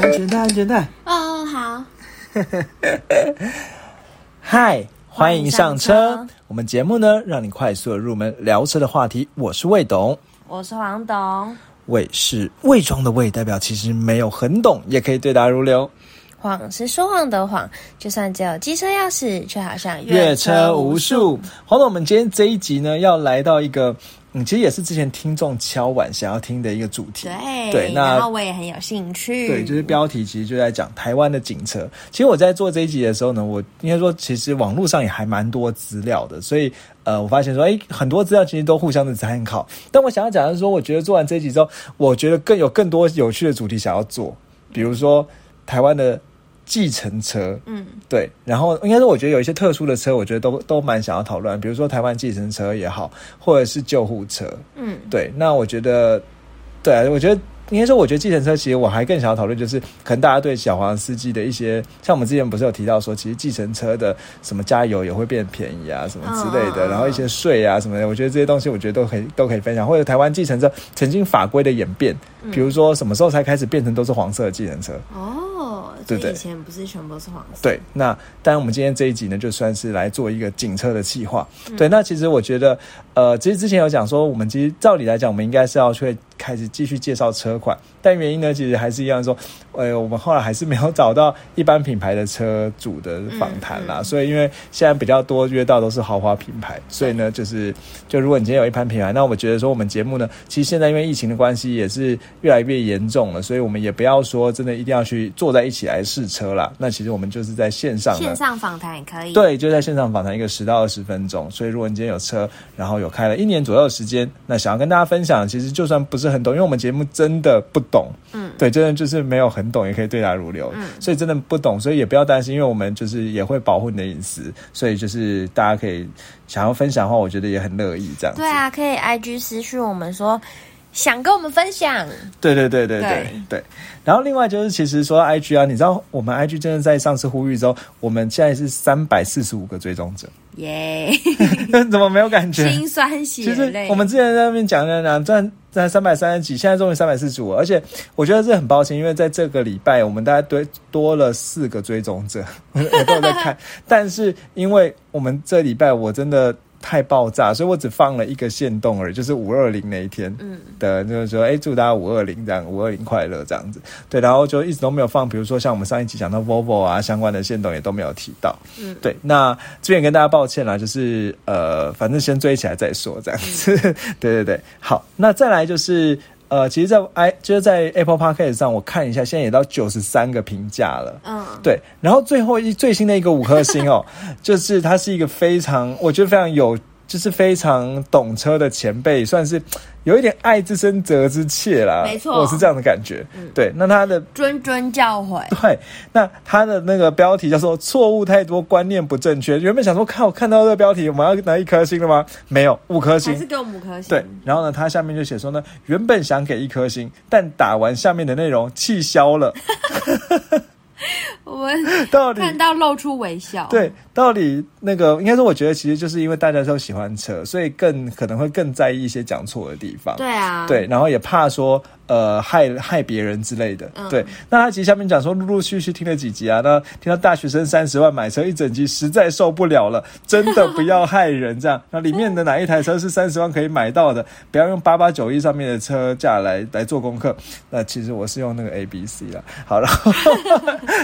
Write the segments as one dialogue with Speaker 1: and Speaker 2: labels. Speaker 1: 安全带，安全带。
Speaker 2: 哦，好，
Speaker 1: 嗨，欢迎上
Speaker 2: 欢
Speaker 1: 车
Speaker 2: 迎上车。
Speaker 1: 我们节目呢，让你快速的入门聊车的话题。我是魏董，
Speaker 2: 我是黄董，
Speaker 1: 魏是伪装的魏，代表其实没有很懂，也可以对答如流。
Speaker 2: 谎是说谎的谎，就算只有机车钥匙，却好像
Speaker 1: 阅车无数。黄总，我们今天这一集呢，要来到一个，嗯，其实也是之前听众敲碗想要听的一个主题。
Speaker 2: 对
Speaker 1: 对，
Speaker 2: 然后
Speaker 1: 那。
Speaker 2: 我也很有兴趣。
Speaker 1: 对，就是标题其实就在讲台湾的警车。其实我在做这一集的时候呢，我应该说，其实网络上也还蛮多资料的，所以呃，我发现说，哎，很多资料其实都互相的参考。但我想要讲的是说，我觉得做完这一集之后，我觉得更有更多有趣的主题想要做，比如说台湾的计程车，
Speaker 2: 嗯，
Speaker 1: 对，然后应该说，我觉得有一些特殊的车，我觉得都都蛮想要讨论，比如说台湾计程车也好，或者是救护车。
Speaker 2: 嗯，
Speaker 1: 对，那我觉得，对啊，我觉得应该说，我觉得计程车其实我还更想要讨论，就是可能大家对小黄司机的一些，像我们之前不是有提到说，其实计程车的什么加油也会变便宜啊，什么之类的，
Speaker 2: 嗯嗯嗯
Speaker 1: 然后一些税啊什么的，我觉得这些东西我觉得都可以都可以分享，或者台湾计程车曾经法规的演变，
Speaker 2: 嗯
Speaker 1: 比如说什么时候才开始变成都是黄色的计程车。
Speaker 2: 哦，
Speaker 1: 对
Speaker 2: 所
Speaker 1: 对
Speaker 2: 以以前不是全部是黄色？
Speaker 1: 对，那当然我们今天这一集呢，就算是来做一个警车的企划。对，那其实我觉得，呃，其实之前有讲说，我们其实照理来讲，我们应该是要去开始继续介绍车款，但原因呢，其实还是一样说，呃，我们后来还是没有找到一般品牌的车主的访谈啦，所以因为现在比较多约到都是豪华品牌，所以呢，就是就如果你今天有一盘品牌，那我觉得说我们节目呢，其实现在因为疫情的关系也是越来越严重了，所以我们也不要说真的一定要去坐在一起来试车啦。那其实我们就是在线上呢
Speaker 2: 线，上访谈也可
Speaker 1: 嗯
Speaker 2: 以。，
Speaker 1: 对，就在线上访谈一个十到二十分钟。所以如果你今天有车，然后有开了一年左右的时间，那想要跟大家分享，其实就算不是很懂，因为我们节目真的不懂，
Speaker 2: 嗯，
Speaker 1: 对，真的就是没有很懂，也可以对答如流，
Speaker 2: 嗯
Speaker 1: 所以真的不懂，所以也不要担心，因为我们就是也会保护你的隐私，所以就是大家可以想要分享的话，我觉得也很乐意这样子。
Speaker 2: 对啊，可以 IG 私讯我们说想跟我们分享。
Speaker 1: 对对对对对
Speaker 2: 对
Speaker 1: 对。然后另外就是，其实说到 IG 啊，你知道我们 IG 真的在上次呼吁之后，我们现在是三百四十五个追踪者，
Speaker 2: 耶，
Speaker 1: 怎么没有感觉？
Speaker 2: 心酸血
Speaker 1: 其实
Speaker 2: 泪。
Speaker 1: 我们之前在那边讲讲讲，赚赚三百三十几，现在终于三百四十五，而且我觉得这很抱歉，因为在这个礼拜我们大概多多了四个追踪者， 我我都有在看，但是因为我们这礼拜我真的。太爆炸，所以我只放了一个限动而已，就是五二零那一天的，就是说，哎、祝大家五二零这样，五二零快乐这样子。对，然后就一直都没有放，比如说像我们上一集讲到 Volvo 啊相关的限动也都没有提到。
Speaker 2: 嗯
Speaker 1: 对，那这边也跟大家抱歉啦，就是呃，反正先追起来再说这样子。
Speaker 2: 嗯
Speaker 1: 对对对，好，那再来就是呃，其实在 i 就是在 Apple Podcast 上，我看一下，现在也到九十三个评价了。
Speaker 2: 嗯，
Speaker 1: 对，然后最后一最新的一个五颗星 哦，就是他是一个非常，我觉得非常有，就是非常懂车的前辈，算是有一点爱之深责之切啦，
Speaker 2: 没错嗯
Speaker 1: 我是这样的感觉。对，那他的
Speaker 2: 谆谆教诲。
Speaker 1: 对，那他的那个标题叫做“错误太多，观念不正确”。原本想说，看我看到这个标题，我们要拿一颗星了吗？没有，五颗
Speaker 2: 还是
Speaker 1: 星。
Speaker 2: 给我们五颗星。
Speaker 1: 对，然后呢，他下面就写说呢，原本想给一颗星，但打完下面的内容气消 了。
Speaker 2: 我们
Speaker 1: 到底
Speaker 2: 看到露出微笑。
Speaker 1: 对，到底那个应该说，我觉得其实就是因为大家都喜欢车，所以更可能会更在意一些讲错的地方。
Speaker 2: 对啊，
Speaker 1: 对，然后也怕说呃害害别人之类的。
Speaker 2: 嗯
Speaker 1: 对，那他其实下面讲说，陆陆续续听了几集啊，那听到大学生三十万买车一整集，实在受不了了，真的不要害人 这样。那里面的哪一台车是三十万可以买到的？不要用八八九一上面的车价来来做功课。那其实我是用那个 A B C 啦。好，然 后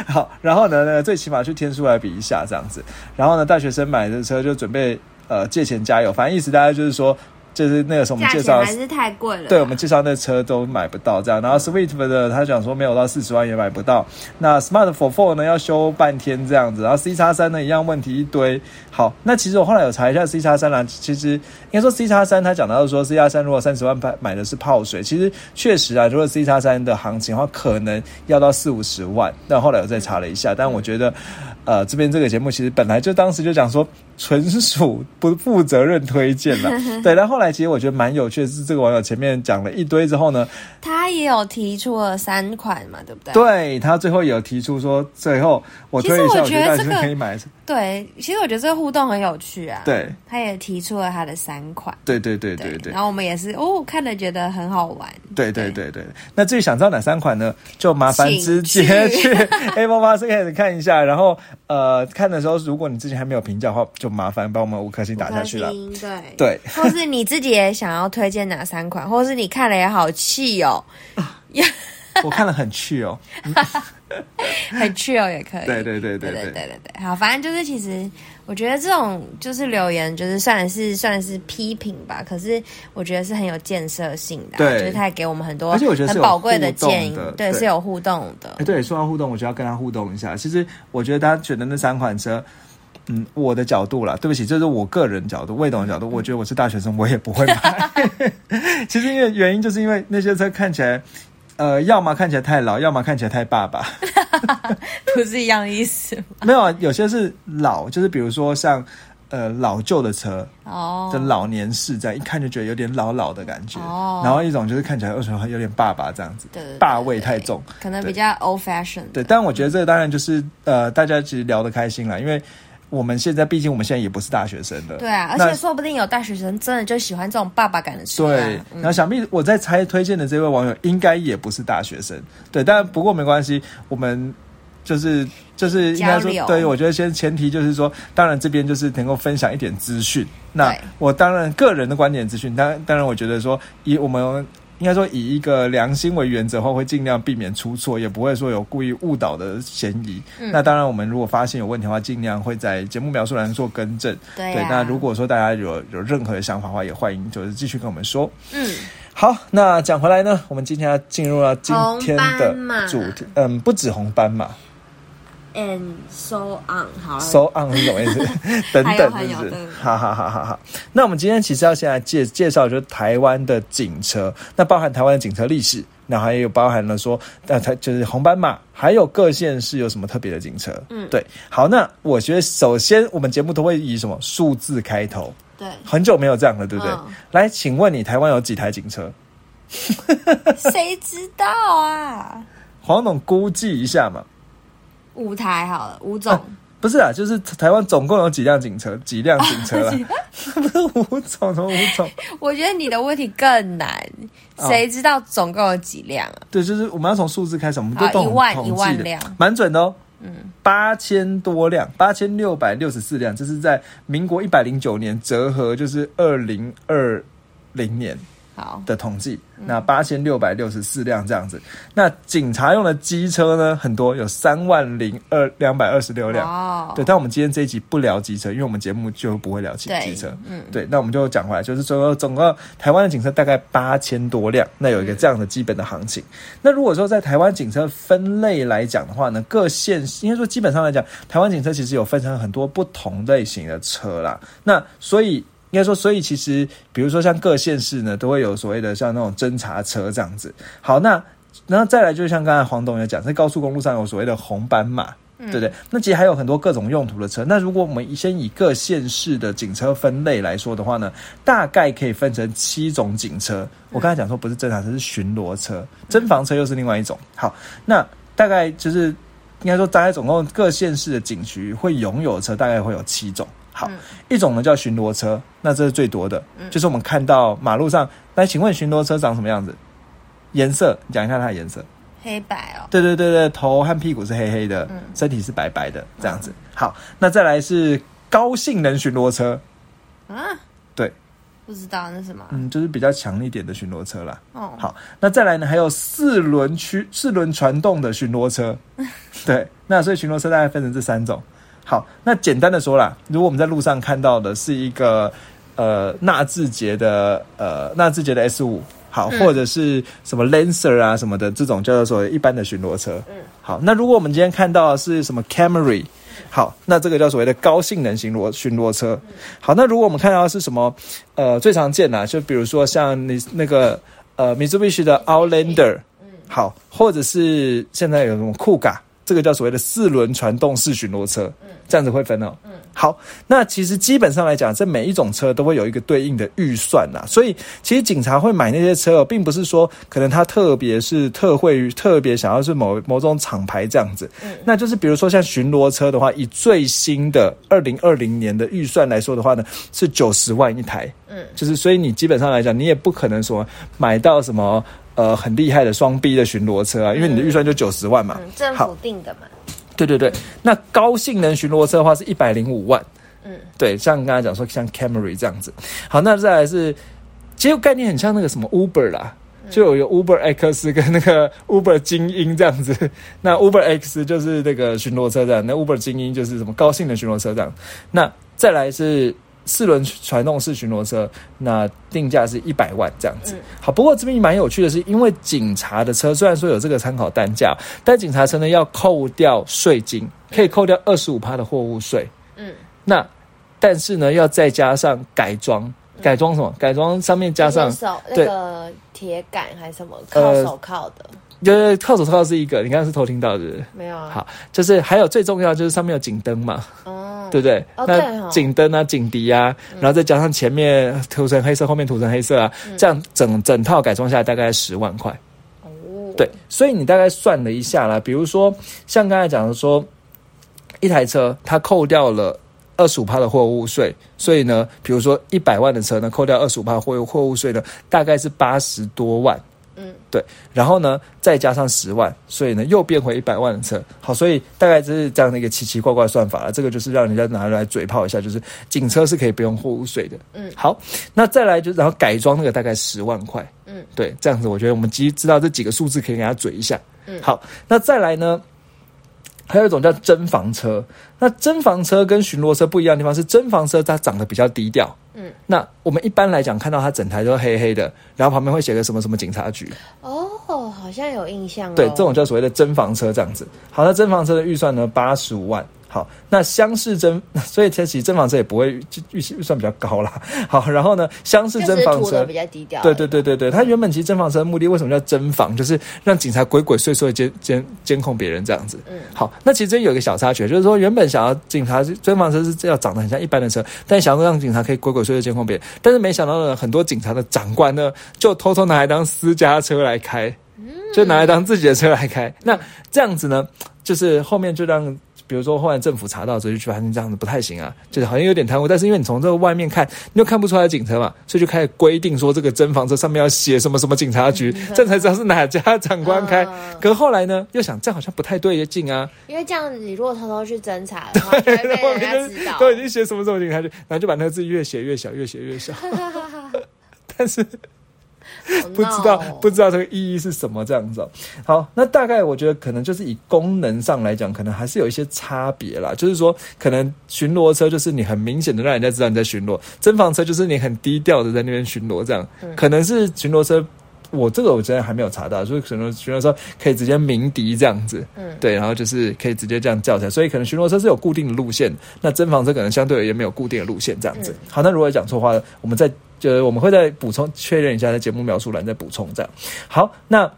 Speaker 1: 好，然后呢，那个最起码去天数来比一下这样子。然后呢，大学生买的车就准备呃借钱加油，反正意思大概就是说。就是那个什么
Speaker 2: 价
Speaker 1: 介
Speaker 2: 钱
Speaker 1: 绍
Speaker 2: 还是太贵了。
Speaker 1: 对我们介绍那车都买不到这样，然后 Swift 的他讲说没有到四十万也买不到，那 Smart for Four 呢要修半天这样子，然后 C 叉三呢一样问题一堆。好，那其实我后来有查一下 C 叉三啦，其实应该说 C 叉三他讲到说 C 叉三如果三十万买买的是泡水，其实确实啊，如果 C 叉三的行情的话，可能要到四五十万。那后来我再查了一下，但我觉得。呃，这边这个节目其实本来就当时就讲说纯属不负责任推荐 了，对。但后来其实我觉得蛮有趣的是，这个网友前面讲了一堆之后呢，
Speaker 2: 他也有提出了三款嘛，对不对？
Speaker 1: 对他最后有提出说，最后我推一
Speaker 2: 其实
Speaker 1: 下，
Speaker 2: 我
Speaker 1: 我
Speaker 2: 觉
Speaker 1: 觉得
Speaker 2: 得
Speaker 1: 大
Speaker 2: 这个
Speaker 1: 家可以买。
Speaker 2: 对其实我觉得这个互动很有趣啊。，
Speaker 1: 对，
Speaker 2: 他也提出了他的三款。
Speaker 1: 对对对对对
Speaker 2: 然后我们也是哦，看了觉得很好玩。
Speaker 1: 对对对对。那至于想知道哪三款呢？就麻烦
Speaker 2: 请
Speaker 1: 直接 去 Apple Podcast 看一下，然后呃，看的时候如果你之前还没有评价的话，就麻烦帮我们五颗星打下去了。
Speaker 2: 五颗星对。
Speaker 1: 对，
Speaker 2: 或是你自己也想要推荐哪三款，或是你看了也好气哦，
Speaker 1: 我看了很趣哦。
Speaker 2: 很 chill 也可以。
Speaker 1: 对对对对
Speaker 2: 对对
Speaker 1: 对
Speaker 2: 对对对，好，反正就是其实我觉得这种就是留言，就是算是算是批评吧，可是我觉得是很有建设性的啊、
Speaker 1: 对
Speaker 2: 就是它也给我们很多
Speaker 1: 而且我觉得是
Speaker 2: 很
Speaker 1: 有
Speaker 2: 宝贵
Speaker 1: 互动
Speaker 2: 建议
Speaker 1: 的，
Speaker 2: 对，
Speaker 1: 对
Speaker 2: 是有互动 的
Speaker 1: 哎，，对，说到互动，我就要跟他互动一下。其实我觉得大家选的那三款车，嗯，我的角度啦，对不起，这是我个人角度，魏董的角度，我觉得我是大学生，我也不会买。 其实因为原因就是因为那些车看起来，呃，要么看起来太老，要么看起来太爸爸。
Speaker 2: 不是一样意思吗
Speaker 1: 没有啊，有些是老，就是比如说像呃老旧的车
Speaker 2: 哦
Speaker 1: 的。老年式，这样一看就觉得有点老老的感觉。
Speaker 2: 哦
Speaker 1: 然后一种就是看起来为什么有点爸爸这样子，
Speaker 2: 对对对
Speaker 1: 爸味太重。
Speaker 2: 可能比较 old fashion，
Speaker 1: 对，但我觉得这个当然就是呃，大家其实聊得开心啦，因为我们现在毕竟我们现在也不是大学生了，
Speaker 2: 对啊，而
Speaker 1: 那
Speaker 2: 且说不定有大学生真的就喜欢这种爸爸感的车、啊，
Speaker 1: 对，然后想必我在猜推荐的这位网友应该也不是大学生，对，但不过没关系，我们就是就是应该
Speaker 2: 交
Speaker 1: 说
Speaker 2: 流，
Speaker 1: 对我觉得先前提就是说，当然这边就是能够分享一点资讯。那
Speaker 2: 对
Speaker 1: 我当然个人的观点资讯，当当然我觉得说以我们。应该说，以一个良心为原则的话，会尽量避免出错，也不会说有故意误导的嫌疑。
Speaker 2: 嗯
Speaker 1: 那当然，我们如果发现有问题的话，尽量会在节目描述栏做更正。
Speaker 2: 对
Speaker 1: 对
Speaker 2: 啊，，
Speaker 1: 那如果说大家有有任何的想法的话，也欢迎就是继续跟我们说。
Speaker 2: 嗯，
Speaker 1: 好，那讲回来呢，我们今天要进入到今天
Speaker 2: 红斑马哎
Speaker 1: 的主题，嗯，不止红斑嘛
Speaker 2: and so on 好了
Speaker 1: ，so on 是什么意思？ 等
Speaker 2: 还有
Speaker 1: 等，
Speaker 2: 还有
Speaker 1: 是不是
Speaker 2: 对？
Speaker 1: 哈哈哈哈哈。那我们今天其实要先来介介绍，就是台湾的警车，那包含台湾的警车历史，那还有包含了说，那它就是红斑马，还有各县市有什么特别的警车？
Speaker 2: 嗯
Speaker 1: 对。好，那我觉得首先我们节目都会以什么数字开头，
Speaker 2: 对，
Speaker 1: 很久没有这样了，对不对？
Speaker 2: 嗯
Speaker 1: 来，请问你台湾有几台警车？
Speaker 2: 谁知道啊？
Speaker 1: 黄总估计一下嘛。
Speaker 2: 舞台好了，吴总，
Speaker 1: 不是啊，就是台湾总共有几辆警车？几辆警车
Speaker 2: 哦
Speaker 1: 啦？
Speaker 2: 啊
Speaker 1: 不是五种，什么五种？
Speaker 2: 我觉得你的问题更难，
Speaker 1: 哦
Speaker 2: 谁知道总共有几辆啊？
Speaker 1: 对，就是我们要从数字开始，我们都
Speaker 2: 好
Speaker 1: 懂
Speaker 2: 一万
Speaker 1: 统
Speaker 2: 一
Speaker 1: 计
Speaker 2: 万
Speaker 1: 的
Speaker 2: 辆
Speaker 1: 蛮准的哦。嗯，八千多辆，八千六百六十四辆，这是在民国一百零九年，折合就是二零二零年
Speaker 2: 好，
Speaker 1: 的统计。那八千六百六十四辆这样子。那警察用的机车呢，很多有三万零二两百二十六辆。
Speaker 2: 哦，
Speaker 1: 对，但我们今天这一集不聊机车，因为我们节目就不会聊机
Speaker 2: 对
Speaker 1: 机车。
Speaker 2: 嗯，
Speaker 1: 对，那我们就讲回来，就是说整个台湾的警车大概八千多辆，那
Speaker 2: 嗯
Speaker 1: 有一个这样的基本的行情。那如果说在台湾警车分类来讲的话呢，各县应该说基本上来讲，台湾警车其实有分成很多不同类型的车啦。那所以。应该说，所以其实，比如说像各县市呢，都会有所谓的像那种侦察车这样子。好，那然后再来，就像刚才黄董有讲，在高速公路上有所谓的红斑马，
Speaker 2: 嗯
Speaker 1: 对不对？那其实还有很多各种用途的车。那如果我们先以各县市的警车分类来说的话呢，大概可以分成七种警车。我刚才讲说不是侦察车，是巡逻车，侦防车又是另外一种。好，那大概就是应该说，大概总共各县市的警局会拥有的车大概会有七种。好，
Speaker 2: 嗯
Speaker 1: 一种呢叫巡逻车，那这是最多的，就是我们看到马路上。那请问巡逻车长什么样子？颜色，你讲一下它的颜色。
Speaker 2: 黑白哦，
Speaker 1: 对对对对，头和屁股是黑黑的，
Speaker 2: 嗯
Speaker 1: 身体是白白的，这样子。好，那再来是高性能巡逻车，
Speaker 2: 啊，
Speaker 1: 对，
Speaker 2: 不知道那什么，
Speaker 1: 嗯，就是比较强一点的巡逻车啦。
Speaker 2: 哦，
Speaker 1: 好，那再来呢，还有四轮驱四轮传动的巡逻 车，对，那所以巡逻车大概分成这三种。好，那简单的说啦，如果我们在路上看到的是一个呃纳智捷的呃纳智捷的 S 五，好，
Speaker 2: 嗯
Speaker 1: 或者是什么 Lancer 啊什么的这种叫做一般的巡逻车，
Speaker 2: 嗯，
Speaker 1: 好，那如果我们今天看到的是什么 Camry，好，那这个叫所谓的高性能巡逻巡逻车。好，那如果我们看到的是什么，呃，最常见的、就比如说像你那个呃 Mitsubishi 的 Outlander，好，或者是现在有什么酷 a 这个叫所谓的四轮传动式巡逻车，这样子会分哦。好，那其实基本上来讲，这每一种车都会有一个对应的预算呐，所以其实警察会买那些车哦，并不是说可能他特别是特惠，特别想要是某某种厂牌这样子，那就是比如说像巡逻车的话，以最新的二零二零年的预算来说的话呢，是九十万一台，嗯，就是所以你基本上来讲，你也不可能说买到什么。呃，很厉害的双 B 的巡逻车啊，因为你的预算就九十万嘛。
Speaker 2: 嗯，政
Speaker 1: 好
Speaker 2: 府定的嘛，
Speaker 1: 对对对，那高性能巡逻车的话是一百零五万，
Speaker 2: 嗯，
Speaker 1: 对，像刚才讲说像 Camry 这样子。好，那再来是，其实概念很像那个什么 Uber 啦，嗯就有一个 Uber X 跟那个 Uber 精英这样子。 那 Uber X 就是那个巡逻车这样，那 Uber 精英就是什么高性能巡逻车这样。那再来是。四轮传动式巡逻车，那定价是一百万这样子。好，不过这边蛮有趣的是，因为警察的车虽然说有这个参考单价，但警察车呢要扣掉税金，可以扣掉二十五趴的货物税。
Speaker 2: 嗯，
Speaker 1: 那但是呢，要再加上改装，改装什么？嗯改装上面加上
Speaker 2: 就是手那
Speaker 1: 对
Speaker 2: 个铁杆还是什么靠
Speaker 1: 呃
Speaker 2: 手铐的，
Speaker 1: 就是靠手铐是一个，你刚刚是偷听到的，
Speaker 2: 没有啊？
Speaker 1: 好就是还有最重要就是上面有警灯嘛，
Speaker 2: 哦，
Speaker 1: 对不对？
Speaker 2: 哦对
Speaker 1: 那
Speaker 2: 哦嗯
Speaker 1: 警灯啊、警笛啊，然后再加上前面涂成黑色，后面涂成黑色啊，这样整整套改装下来大概十万块。
Speaker 2: 哦，
Speaker 1: 对，所以你大概算了一下啦，比如说像刚才讲的说，一台车它扣掉了。二十五趴的货物税，所以呢，比如说一百万的车呢，扣掉二十五趴货货物税呢，大概是八十多万，
Speaker 2: 嗯，
Speaker 1: 对，然后呢，再加上十万，所以呢，又变回一百万的车。好，所以大概就是这样的一个奇奇怪怪的算法了。这个就是让人家拿来嘴炮一下，就是警车是可以不用货物税的。
Speaker 2: 嗯，
Speaker 1: 好，那再来就然后改装那个大概十万块。
Speaker 2: 嗯，
Speaker 1: 对，这样子我觉得我们其实知道这几个数字可以给他嘴一下。
Speaker 2: 嗯
Speaker 1: 好，那再来呢？还有一种叫侦防车，那侦防车跟巡逻车不一样的地方是，侦防车它长得比较低调。
Speaker 2: 嗯，
Speaker 1: 那我们一般来讲看到它整台都黑黑的，然后旁边会写个什么什么警察局。
Speaker 2: 哦，好像有印象哦。
Speaker 1: 对，这种叫所谓的真房车这样子。好，那真房车的预算呢，八十五万。好，那厢式真， 所以其实真房车也不会预预预算比较高啦。好，然后呢，厢式
Speaker 2: 就
Speaker 1: 真
Speaker 2: 是
Speaker 1: 房
Speaker 2: 涂
Speaker 1: 车
Speaker 2: 的比，较低调。
Speaker 1: 对对对对对，它原本其实真房车的目的为什么叫真房，就是让警察鬼鬼祟祟地监监监控别人这样子。
Speaker 2: 嗯
Speaker 1: 好，那其实这有一个小插曲，就是说原本想要警察真房车是要长得很像一般的车，但想要让警察可以鬼鬼祟祟监控别人，但是没想到呢，很多警察的长官呢，就偷偷拿来当私家车来开，就拿来当自己的车来开。那这样子呢，就是后面就让。比如说，后来政府查到之后，就觉得啊你这样子不太行啊，就是好像有点贪污。但是因为你从这个外面看，你又看不出来警车嘛，所以就开始规定说，这个侦防车上面要写什么什么警察局，这样才知道是哪家长官开。
Speaker 2: 嗯
Speaker 1: 可后来呢，又想这样好像不太对劲啊，
Speaker 2: 因为这样你如果偷偷去侦查 的话，就会被人家知道。
Speaker 1: 都已经写什么什么警察局，然后就把那个字越写越小，越写越 小，但是
Speaker 2: 哦
Speaker 1: 不知道哦不知道这个意义是什么这样子哦、好，那大概我觉得可能就是以功能上来讲，可能还是有一些差别啦。就是说，可能巡逻车就是你很明显的让人家知道你在巡逻，侦防车就是你很低调的在那边巡逻，这样、可能是巡逻车。我这个我真的还没有查到，就是巡逻巡逻车可以直接鸣笛这样子，
Speaker 2: 嗯
Speaker 1: 对，然后就是可以直接这样叫起来，所以可能巡逻车是有固定的路线，那侦防车可能相对而言没有固定的路线这样子。好，那如果讲错话了，我们再就是我们会再补充确认一下，在节目描述栏再补充这样。好，那。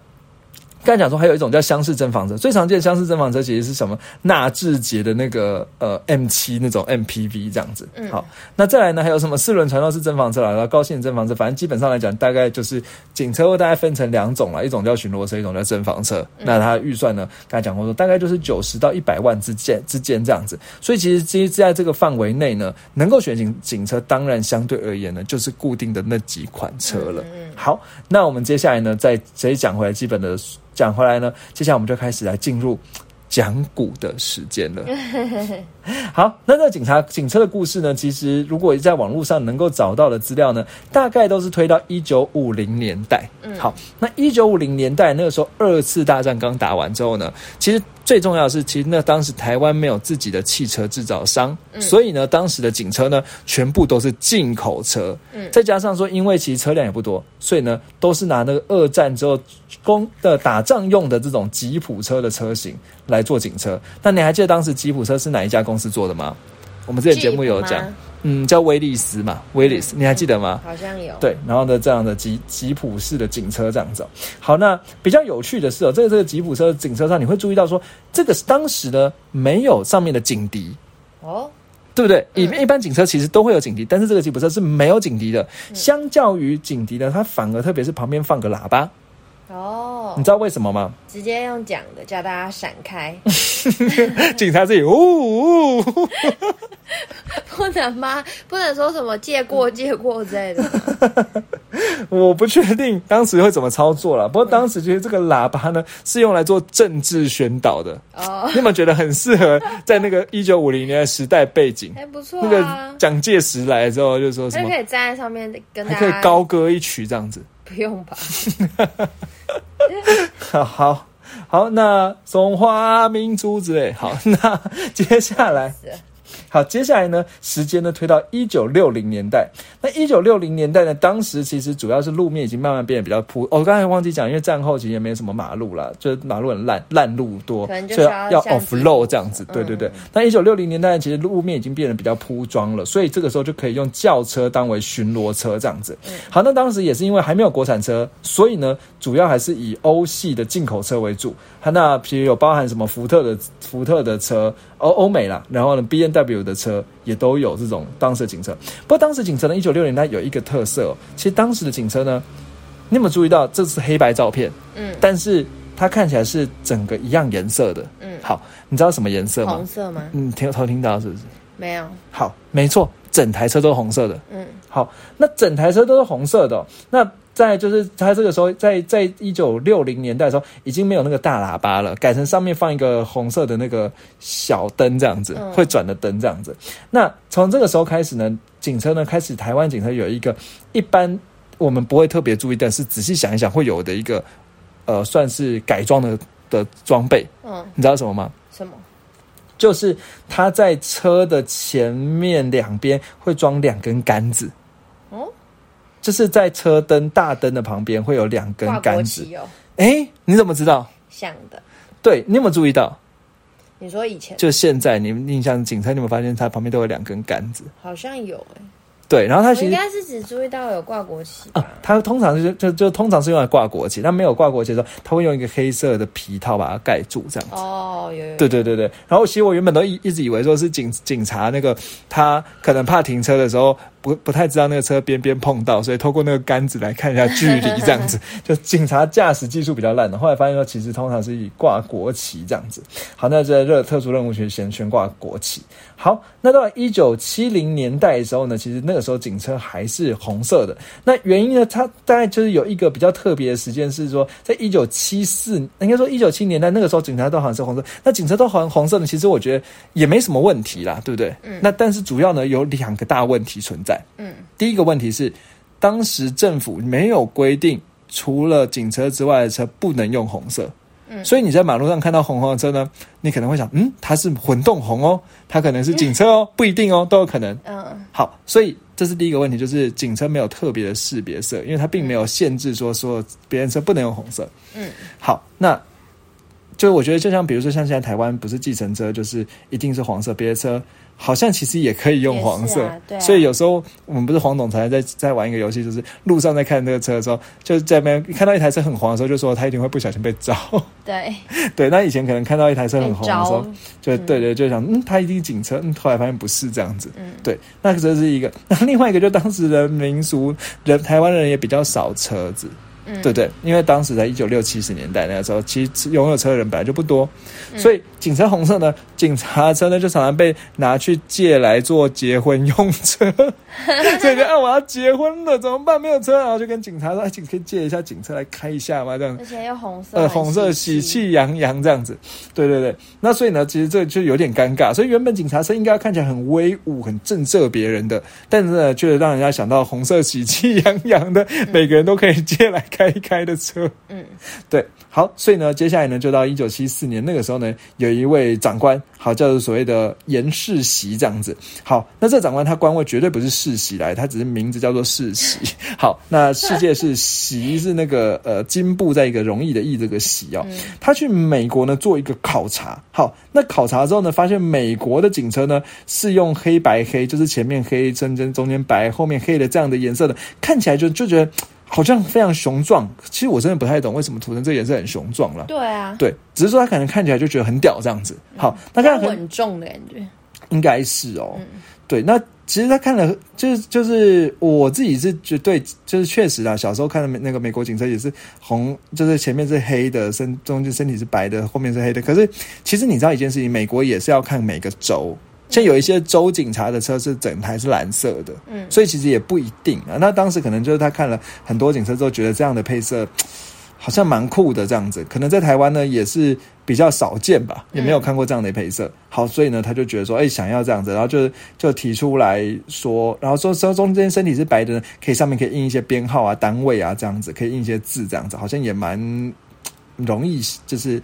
Speaker 1: 刚才讲说还有一种叫厢式蒸房车，最常见的厢式蒸房车其实是什么？纳智捷的那个呃 M 七那种 MPV 这样子。
Speaker 2: 嗯
Speaker 1: 好，那再来呢还有什么四轮传动式蒸房车啦，然后高性能蒸房车，反正基本上来讲，大概就是警车会大概分成两种啦，一种叫巡逻车，一种叫蒸房车。那它的预算呢，刚才讲过说大概就是九十到一百万之间之间这样子。所以其实其实在这个范围内呢，能够选警警车，当然相对而言呢，就是固定的那几款车了。好，那我们接下来呢，再直接讲回来基本的讲回来呢，接下来我们就开始来进入讲古的时间了。好，那这个警察警车的故事呢，其实如果在网络上能够找到的资料呢，大概都是推到一九五零年代。
Speaker 2: 嗯
Speaker 1: 好，那一九五零年代那个时候二次大战刚打完之后呢，其实最重要的是，其实那当时台湾没有自己的汽车制造商，
Speaker 2: 嗯
Speaker 1: 所以呢，当时的警车呢，全部都是进口车。
Speaker 2: 嗯
Speaker 1: 再加上说，因为其实车辆也不多，所以呢，都是拿那个二战之后攻的打仗用的这种吉普车的车型来做警车。那你还记得当时吉普车是哪一家公司做的吗？我们之前节目有讲
Speaker 2: Jeep，吗
Speaker 1: 嗯，叫威利斯嘛，威利斯，你还记得吗？
Speaker 2: 好像有，
Speaker 1: 对，然后呢，这样的吉吉普式的警车这样子哦、好，那比较有趣的是哦，在这个吉普车警车上，你会注意到说，这个当时呢没有上面的警笛，
Speaker 2: 哦，
Speaker 1: 对不对？一
Speaker 2: 嗯
Speaker 1: 一般警车其实都会有警笛，但是这个吉普车是没有警笛的。相较于警笛呢，它反而特别是旁边放个喇叭，
Speaker 2: 哦，
Speaker 1: 你知道为什么吗？
Speaker 2: 直接用讲的叫大家闪开，
Speaker 1: 警察自己呜呜，呜
Speaker 2: 不能吗？不能说什么借过
Speaker 1: 嗯
Speaker 2: 借过之类的。
Speaker 1: 我不确定当时会怎么操作了。不过当时觉得这个喇叭呢是用来做政治宣导的，
Speaker 2: 哦，
Speaker 1: 你有没有觉得很适合在那个一九五零年的时代背景？
Speaker 2: 还不错
Speaker 1: 那
Speaker 2: 啊
Speaker 1: 个，蒋介石来之后就说什
Speaker 2: 那就
Speaker 1: 么
Speaker 2: 可以站在上面跟
Speaker 1: 还
Speaker 2: 大
Speaker 1: 可以
Speaker 2: 家
Speaker 1: 高歌一曲这样子。
Speaker 2: 不用吧？
Speaker 1: 好好，那中华民族之类。好， 那接下来
Speaker 2: 是，
Speaker 1: 好，接下来呢，时间呢推到一九六零年代。那一九六零年代呢，当时其实主要是路面已经慢慢变得比较铺。哦，我刚才忘记讲，因为战后其实也没什么马路啦，就是马路很烂，烂路多
Speaker 2: 可能，就
Speaker 1: 所以
Speaker 2: 需要
Speaker 1: 要
Speaker 2: 像
Speaker 1: off road 这样子。对对对。那一九六零年代其实路面已经变得比较铺装了，所以这个时候就可以用轿车当为巡逻车这样子。好，那当时也是因为还没有国产车，所以呢，主要还是以欧系的进口车为主。它那譬如有包含什么福特的福特的车，欧欧美啦，然后呢 B N W 的车也都有这种当时的警车。不过当时警车呢，一九六零它有一个特色、哦，其实当时的警车呢，你有没有注意到这是黑白照片？
Speaker 2: 嗯
Speaker 1: 但是它看起来是整个一样颜色的。
Speaker 2: 嗯，
Speaker 1: 好，你知道什么颜色吗
Speaker 2: 红？色吗？
Speaker 1: 嗯，听头听到是不是？
Speaker 2: 没有，
Speaker 1: 好，没错，整台车都是红色的。
Speaker 2: 嗯，
Speaker 1: 好，那整台车都是红色的哦、那在就是它这个时候，在在一九六零年代的时候，已经没有那个大喇叭了，改成上面放一个红色的那个小灯这样子
Speaker 2: 嗯，
Speaker 1: 会转的灯这样子。那从这个时候开始呢，警车呢开始台湾警车有一个一般我们不会特别注意，但是仔细想一想会有的一个呃，算是改装的的装备，
Speaker 2: 嗯，
Speaker 1: 你知道什么吗？
Speaker 2: 什么？
Speaker 1: 就是它在车的前面两边会装两根杆子，
Speaker 2: 哦，
Speaker 1: 就是在车灯大灯的旁边会有两根
Speaker 2: 跨国
Speaker 1: 杆子。
Speaker 2: 旗哦，
Speaker 1: 哎，你怎么知道？
Speaker 2: 像的。
Speaker 1: 对你有没有注意到？
Speaker 2: 你说以前
Speaker 1: 就现在你印象警察，你有没有发现它旁边都有两根杆子？
Speaker 2: 好像有哎、
Speaker 1: 对，然后它
Speaker 2: 我
Speaker 1: 其
Speaker 2: 应
Speaker 1: 实。
Speaker 2: 该是只注意到有挂国旗吧。
Speaker 1: 啊，它通常就是就就通常是用来挂国旗，那没有挂国旗的时候，它会用一个黑色的皮套把它盖住，这样子。
Speaker 2: 哦，有有有
Speaker 1: 对对对对，然后其实我原本都一一直以为说是警警察那个他可能怕停车的时候不不太知道那个车边边碰到，所以透过那个杆子来看一下距离这样子。就警察驾驶技术比较烂的，后来发现说其实通常是以挂国旗这样子。好，那在热特殊任务学先悬挂国旗。好，那到一九七零年代的时候呢，其实那个时候警车还是红色的。那原因呢，它大概就是有一个比较特别的时间是说，在一九七四，应该说一九七年代那个时候，警察都好像是红色。那警车都红红色的，其实我觉得也没什么问题啦，对不对？
Speaker 2: 嗯
Speaker 1: 那但是主要呢有两个大问题存在。
Speaker 2: 嗯
Speaker 1: 第一个问题是，当时政府没有规定，除了警车之外的车不能用红色。
Speaker 2: 嗯
Speaker 1: 所以你在马路上看到红红的车呢，你可能会想，嗯，它是混动红哦，它可能是警车哦，不一定哦，都有可能。
Speaker 2: 嗯
Speaker 1: 好，所以这是第一个问题，就是警车没有特别的识别色，因为它并没有限制说说别人车不能用红色。
Speaker 2: 嗯，
Speaker 1: 好，那就是我觉得就像比如说像现在台湾不是计程车就是一定是黄色，别的车好像其实也可以用黄色，
Speaker 2: 也是啊对啊
Speaker 1: 所以有时候我们不是黄总裁在在玩一个游戏，就是路上在看这个车的时候，就是在那边看到一台车很黄的时候，就说他一定会不小心被招。
Speaker 2: 对，
Speaker 1: 对，那以前可能看到一台车很红的时候
Speaker 2: 被招，
Speaker 1: 就对对，就想嗯，他一定警车，嗯，后来发现不是这样子，
Speaker 2: 嗯
Speaker 1: 对，那这是一个， 那另外一个就当时的民俗人，台湾人也比较少车子，
Speaker 2: 嗯
Speaker 1: 对不对？因为当时在一九六七十年代那个时候，其实拥有车的人本来就不多，所以警车红色呢，警察车呢就常常被拿去借来做结婚用车， 所以就啊我要结婚了怎么办？没有车，然后就跟警察说，哎，请可以借一下警车来开一下吗？这样子
Speaker 2: 而且又红色，
Speaker 1: 呃，
Speaker 2: 很
Speaker 1: 红色喜
Speaker 2: 气，
Speaker 1: 气洋洋这样子，对对对。那所以呢，其实这就有点尴尬。所以原本警察车应该要看起来很威武、很震慑别人的，但是呢，却让人家想到红色喜气洋洋的，每个人都可以借来开一开的车。
Speaker 2: 嗯
Speaker 1: 对，好，所以呢，接下来呢，就到一九七四年那个时候呢，有有一位长官，好叫做所谓的严世袭这样子。好，那这长官他官位绝对不是世袭来，他只是名字叫做世袭。好，那世界是袭是那个呃金部在一个容易的易这个袭哦。他去美国呢做一个考察，好，那考察之后呢，发现美国的警车呢是用黑白黑，就是前面黑中间中间白，后面黑的这样的颜色的，看起来就就觉得。好像非常雄壮，其实我真的不太懂为什么涂成这个颜色很雄壮了。
Speaker 2: 对啊，
Speaker 1: 对，只是说他可能看起来就觉得很屌这样子。好，那
Speaker 2: 比
Speaker 1: 这
Speaker 2: 较
Speaker 1: 样很
Speaker 2: 稳重的感觉。
Speaker 1: 应该是哦。对，那其实他看了，就是就是我自己是绝对就是确实啊，小时候看的美那个美国警车也是红，就是前面是黑的，身中间身体是白的，后面是黑的。可是其实你知道一件事情，美国也是要看每个州。像有一些州警察的车是整台是蓝色的，
Speaker 2: 嗯
Speaker 1: 所以其实也不一定啊。那当时可能就是他看了很多警车之后，觉得这样的配色好像蛮酷的这样子，可能在台湾呢也是比较少见吧，也没有看过这样的配色。好，所以呢他就觉得说，哎、想要这样子，然后就就提出来说，然后说说中间身体是白的呢，可以上面可以印一些编号啊、单位啊这样子，可以印一些字这样子，好像也蛮容易，就是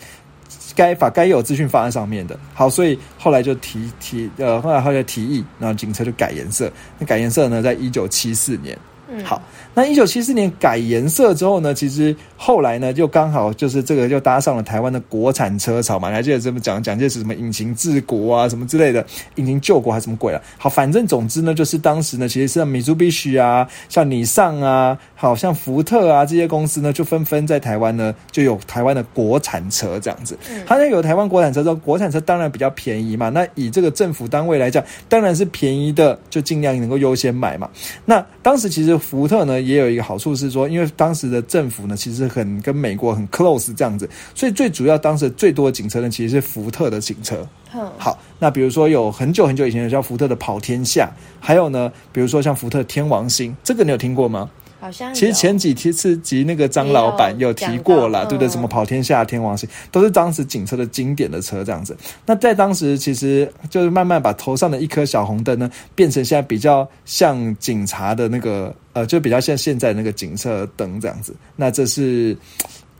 Speaker 1: 该把该有资讯放在上面的。好，所以后来就提提呃，后来后来提议，然后警车就改颜色。那改颜色呢，在一九七四年。
Speaker 2: 嗯，
Speaker 1: 好，那一九七四年改颜色之后呢，其实后来呢，就刚好就是这个就搭上了台湾的国产车潮嘛。你还记得怎么讲蒋介石什么引擎治国啊，什么之类的，引擎救国还是什么鬼啊？好，反正总之呢，就是当时呢，其实像米珠必须啊，像尼桑啊，好像福特啊这些公司呢，就纷纷在台湾呢就有台湾的国产车这样子。它那有台湾国产车之后，国产车当然比较便宜嘛。那以这个政府单位来讲，当然是便宜的，就尽量能够优先买嘛。那当时其实福特呢也有一个好处是说，因为当时的政府呢其实很跟美国很 close 这样子，所以最主要当时最多的警车呢其实是福特的警车。
Speaker 2: 哼，
Speaker 1: 好，那比如说有很久很久以前的叫福特的跑天下，还有呢，比如说像福特天王星，这个你有听过吗？
Speaker 2: 好像有
Speaker 1: 其实前几期次集那个张老板
Speaker 2: 也有
Speaker 1: 有提过
Speaker 2: 讲嗯
Speaker 1: 啦，
Speaker 2: 到
Speaker 1: 对不对？
Speaker 2: 嗯
Speaker 1: 什么跑天下、天王星，都是当时警车的经典的车这样子。那在当时，其实就是慢慢把头上的一颗小红灯呢，变成现在比较像警察的那个呃，就比较像现在那个警车灯这样子。那这是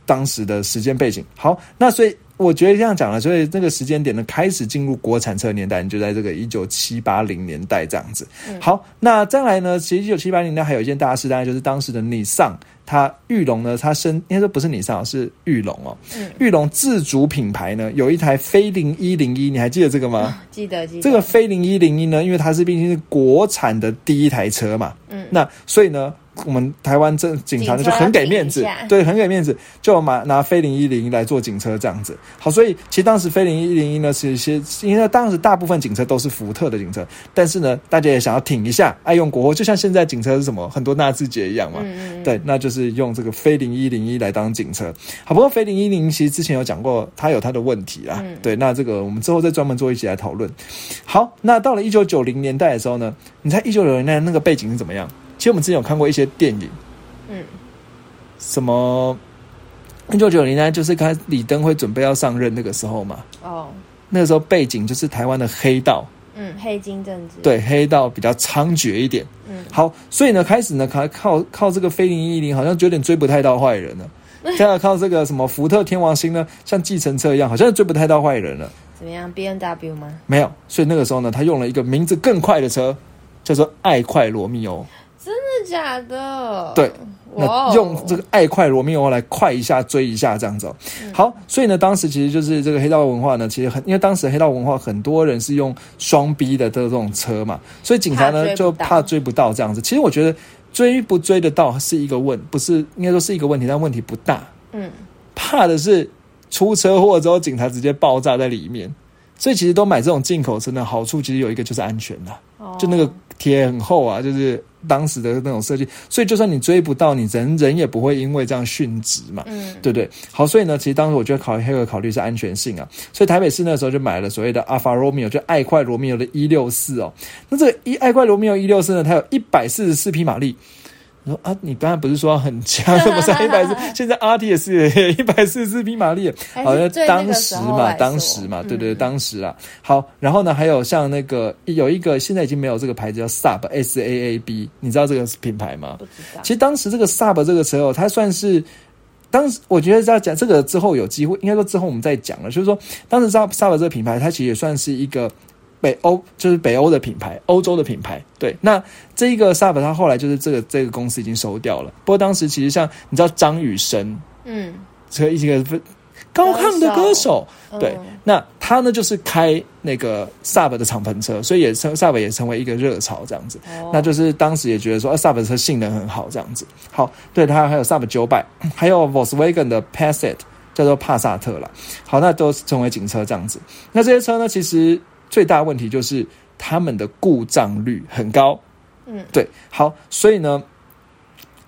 Speaker 1: 当时的时间背景。好，那所以我觉得这样讲了，所以那个时间点呢，开始进入国产车年代，你就在这个一九七八零年代这样子。好，那再来呢，其实一九七八零年代还有一件大事，当然就是当时的尼桑，它玉龙呢，它生应该说不是尼桑，是玉龙哦。
Speaker 2: 嗯
Speaker 1: 玉龙自主品牌呢，有一台飞零一零一，你还记得这个吗？
Speaker 2: 记得记得
Speaker 1: 这个飞零一零一呢，因为它是毕竟是国产的第一台车嘛，
Speaker 2: 嗯
Speaker 1: 那所以呢，我们台湾这警察呢
Speaker 2: 警
Speaker 1: 就
Speaker 2: 车
Speaker 1: 很给
Speaker 2: 挺
Speaker 1: 面
Speaker 2: 一
Speaker 1: 子
Speaker 2: 下，
Speaker 1: 对，很给面子，就拿拿飞零一零一来做警车这样子。好，所以其实当时飞零一零一呢，其实因为当时大部分警车都是福特的警车，但是呢，大家也想要挺一下，爱用国货，就像现在警车是什么，很多纳智捷一样嘛，
Speaker 2: 嗯嗯
Speaker 1: 啊对，那就是用这个飞零一零一来当警车。好，不过飞零一零其实之前有讲过，它有它的问题啦。
Speaker 2: 嗯
Speaker 1: 对，那这个我们之后再专门做一集来讨论。好，那到了一九九零年代的时候呢，你猜一九九零年代那个背景是怎么样？其实我们之前有看过一些电影，
Speaker 2: 嗯
Speaker 1: 什么一九九零年代就是开李登辉准备要上任那个时候嘛，
Speaker 2: 哦
Speaker 1: 那个时候背景就是台湾的黑道，
Speaker 2: 嗯黑金政治
Speaker 1: 对，黑道比较猖獗一点。
Speaker 2: 嗯
Speaker 1: 好，所以呢，开始呢，靠靠靠这个飞零一零，好像有点追不太到坏人了。再来靠这个什么福特天王星呢，像计程车一样，好像追不太到坏人了。
Speaker 2: 怎么样 B N W 吗？
Speaker 1: 没有，所以那个时候呢，他用了一个名字更快的车，叫做爱快罗密欧。
Speaker 2: 真的假的？
Speaker 1: 对，
Speaker 2: 哇哦，
Speaker 1: 那用这个爱快罗密欧来快一下追一下这样子、哦。
Speaker 2: 嗯
Speaker 1: 好，所以呢，当时其实就是这个黑道文化呢，其实很因为当时黑道文化很多人是用双逼的这种车嘛，所以警察
Speaker 2: 怕追
Speaker 1: 呢
Speaker 2: 不
Speaker 1: 就
Speaker 2: 到
Speaker 1: 怕追不到这样子。其实我觉得追不追得到是一个问，不是应该说是一个问题，但问题不大。
Speaker 2: 嗯
Speaker 1: 怕的是出车祸之后警察直接爆炸在里面。所以其实都买这种进口车呢，好处其实有一个就是安全啦、
Speaker 2: 哦
Speaker 1: 就那个铁很厚啊，就是当时的那种设计，所以就算你追不到，你人人也不会因为这样殉职嘛，
Speaker 2: 嗯
Speaker 1: 对不对？好，所以呢，其实当时我觉得考虑还有考虑是安全性啊，所以台北市那时候就买了所谓的 Alfa Romeo，就爱快罗密欧的一六四哦。那这个一爱快罗密欧一六四呢，它有一百四十四匹马力。你说啊，你刚才不是说很强？怎么 才一百四？现在 R T 也是 一百四十四匹马力，
Speaker 2: 还
Speaker 1: 好
Speaker 2: 是
Speaker 1: 像
Speaker 2: 对哎那
Speaker 1: 当
Speaker 2: 个
Speaker 1: 时
Speaker 2: 时候
Speaker 1: 嘛，
Speaker 2: 来
Speaker 1: 当
Speaker 2: 说
Speaker 1: 时嘛，对对，
Speaker 2: 嗯
Speaker 1: 当时啊。好，然后呢，还有像那个有一个现在已经没有这个牌子叫 Saab S A A B，你知道这个品牌吗？
Speaker 2: 不知道
Speaker 1: 其实当时这个 Saab 这个车哦，它算是当时我觉得要讲这个之后有机会，应该说之后我们再讲了。就是说，当时萨萨博这个品牌，它其实也算是一个北欧，就是北欧的品牌，欧洲的品牌。对，那这一个萨博，它后来就是这个这个公司已经收掉了。不过当时其实像你知道张雨生，
Speaker 2: 嗯，
Speaker 1: 这个一个高亢的歌手，
Speaker 2: 嗯
Speaker 1: 对，那他呢就是开那个 Sub 的敞篷车，所以也成 Sub 也成为一个热潮这样子。
Speaker 2: 哦
Speaker 1: 那就是当时也觉得说、啊、，Sub 的车性能很好这样子。好，对，它还有 Sub 九百，还有 Volkswagen 的 Passat，叫做帕萨特啦。好，那都成为警车这样子。那这些车呢，其实最大的问题就是他们的故障率很高。
Speaker 2: 嗯，
Speaker 1: 对，好，所以呢，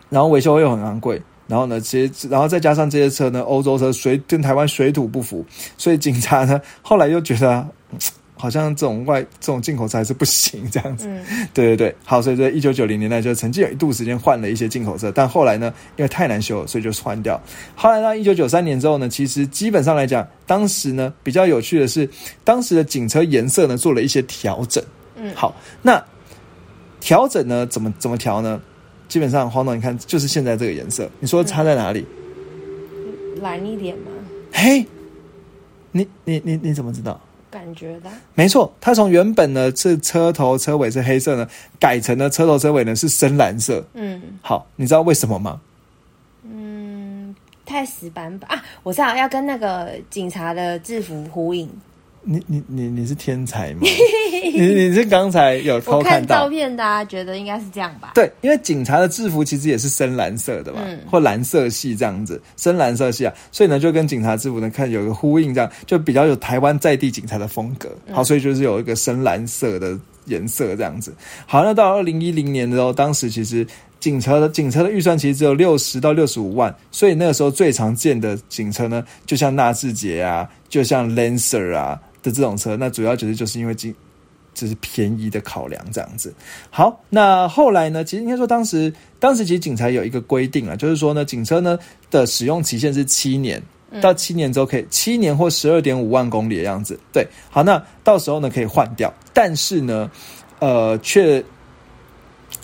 Speaker 1: 然后维修又很昂贵，然后呢，其实然后再加上这些车呢，欧洲车水跟台湾水土不服，所以警察呢后来又觉得啊、嗯好像这种外这种进口车还是不行这样子。
Speaker 2: 嗯
Speaker 1: 对对对，好，所以在一九九零年代就曾经有一度时间换了一些进口车，但后来呢，因为太难修了，所以就换掉。后来到一九九三年之后呢，其实基本上来讲，当时呢比较有趣的是，当时的警车颜色呢做了一些调整。
Speaker 2: 嗯，
Speaker 1: 好，那调整呢怎么怎么调呢？基本上黄总，你看就是现在这个颜色，你说差在哪里？
Speaker 2: 懒一点嘛，
Speaker 1: 嘿，你你你你怎么知道？
Speaker 2: 感觉的，
Speaker 1: 没错，它从原本呢是车头车尾是黑色呢，改成了车头车尾呢是深蓝色。
Speaker 2: 嗯
Speaker 1: 好，你知道为什么吗？
Speaker 2: 嗯，太死板板啊！我知道要跟那个警察的制服呼应，
Speaker 1: 你你你你是天才吗？你你是刚才有偷
Speaker 2: 我看照
Speaker 1: 到？
Speaker 2: 片，大家觉得应该是这样吧？
Speaker 1: 对，因为警察的制服其实也是深蓝色的嘛，
Speaker 2: 嗯
Speaker 1: 或蓝色系这样子，深蓝色系啊，所以呢就跟警察制服呢看有一个呼应，这样就比较有台湾在地警察的风格。
Speaker 2: 嗯
Speaker 1: 好，所以就是有一个深蓝色的颜色这样子。好，那到二零一零年的时候，当时其实警车的警车的预算其实只有六十到六十五万，所以那个时候最常见的警车呢，就像纳智捷啊，就像 Lancer 啊的这种车，那主要就是就是因为警就是便宜的考量这样子。好，那后来呢，其实应该说当时当时其实警察有一个规定啊，就是说呢，警车呢的使用期限是七年。到七年之后可以七年或十二点五万公里的样子，对，好，那到时候呢可以换掉，但是呢，呃，却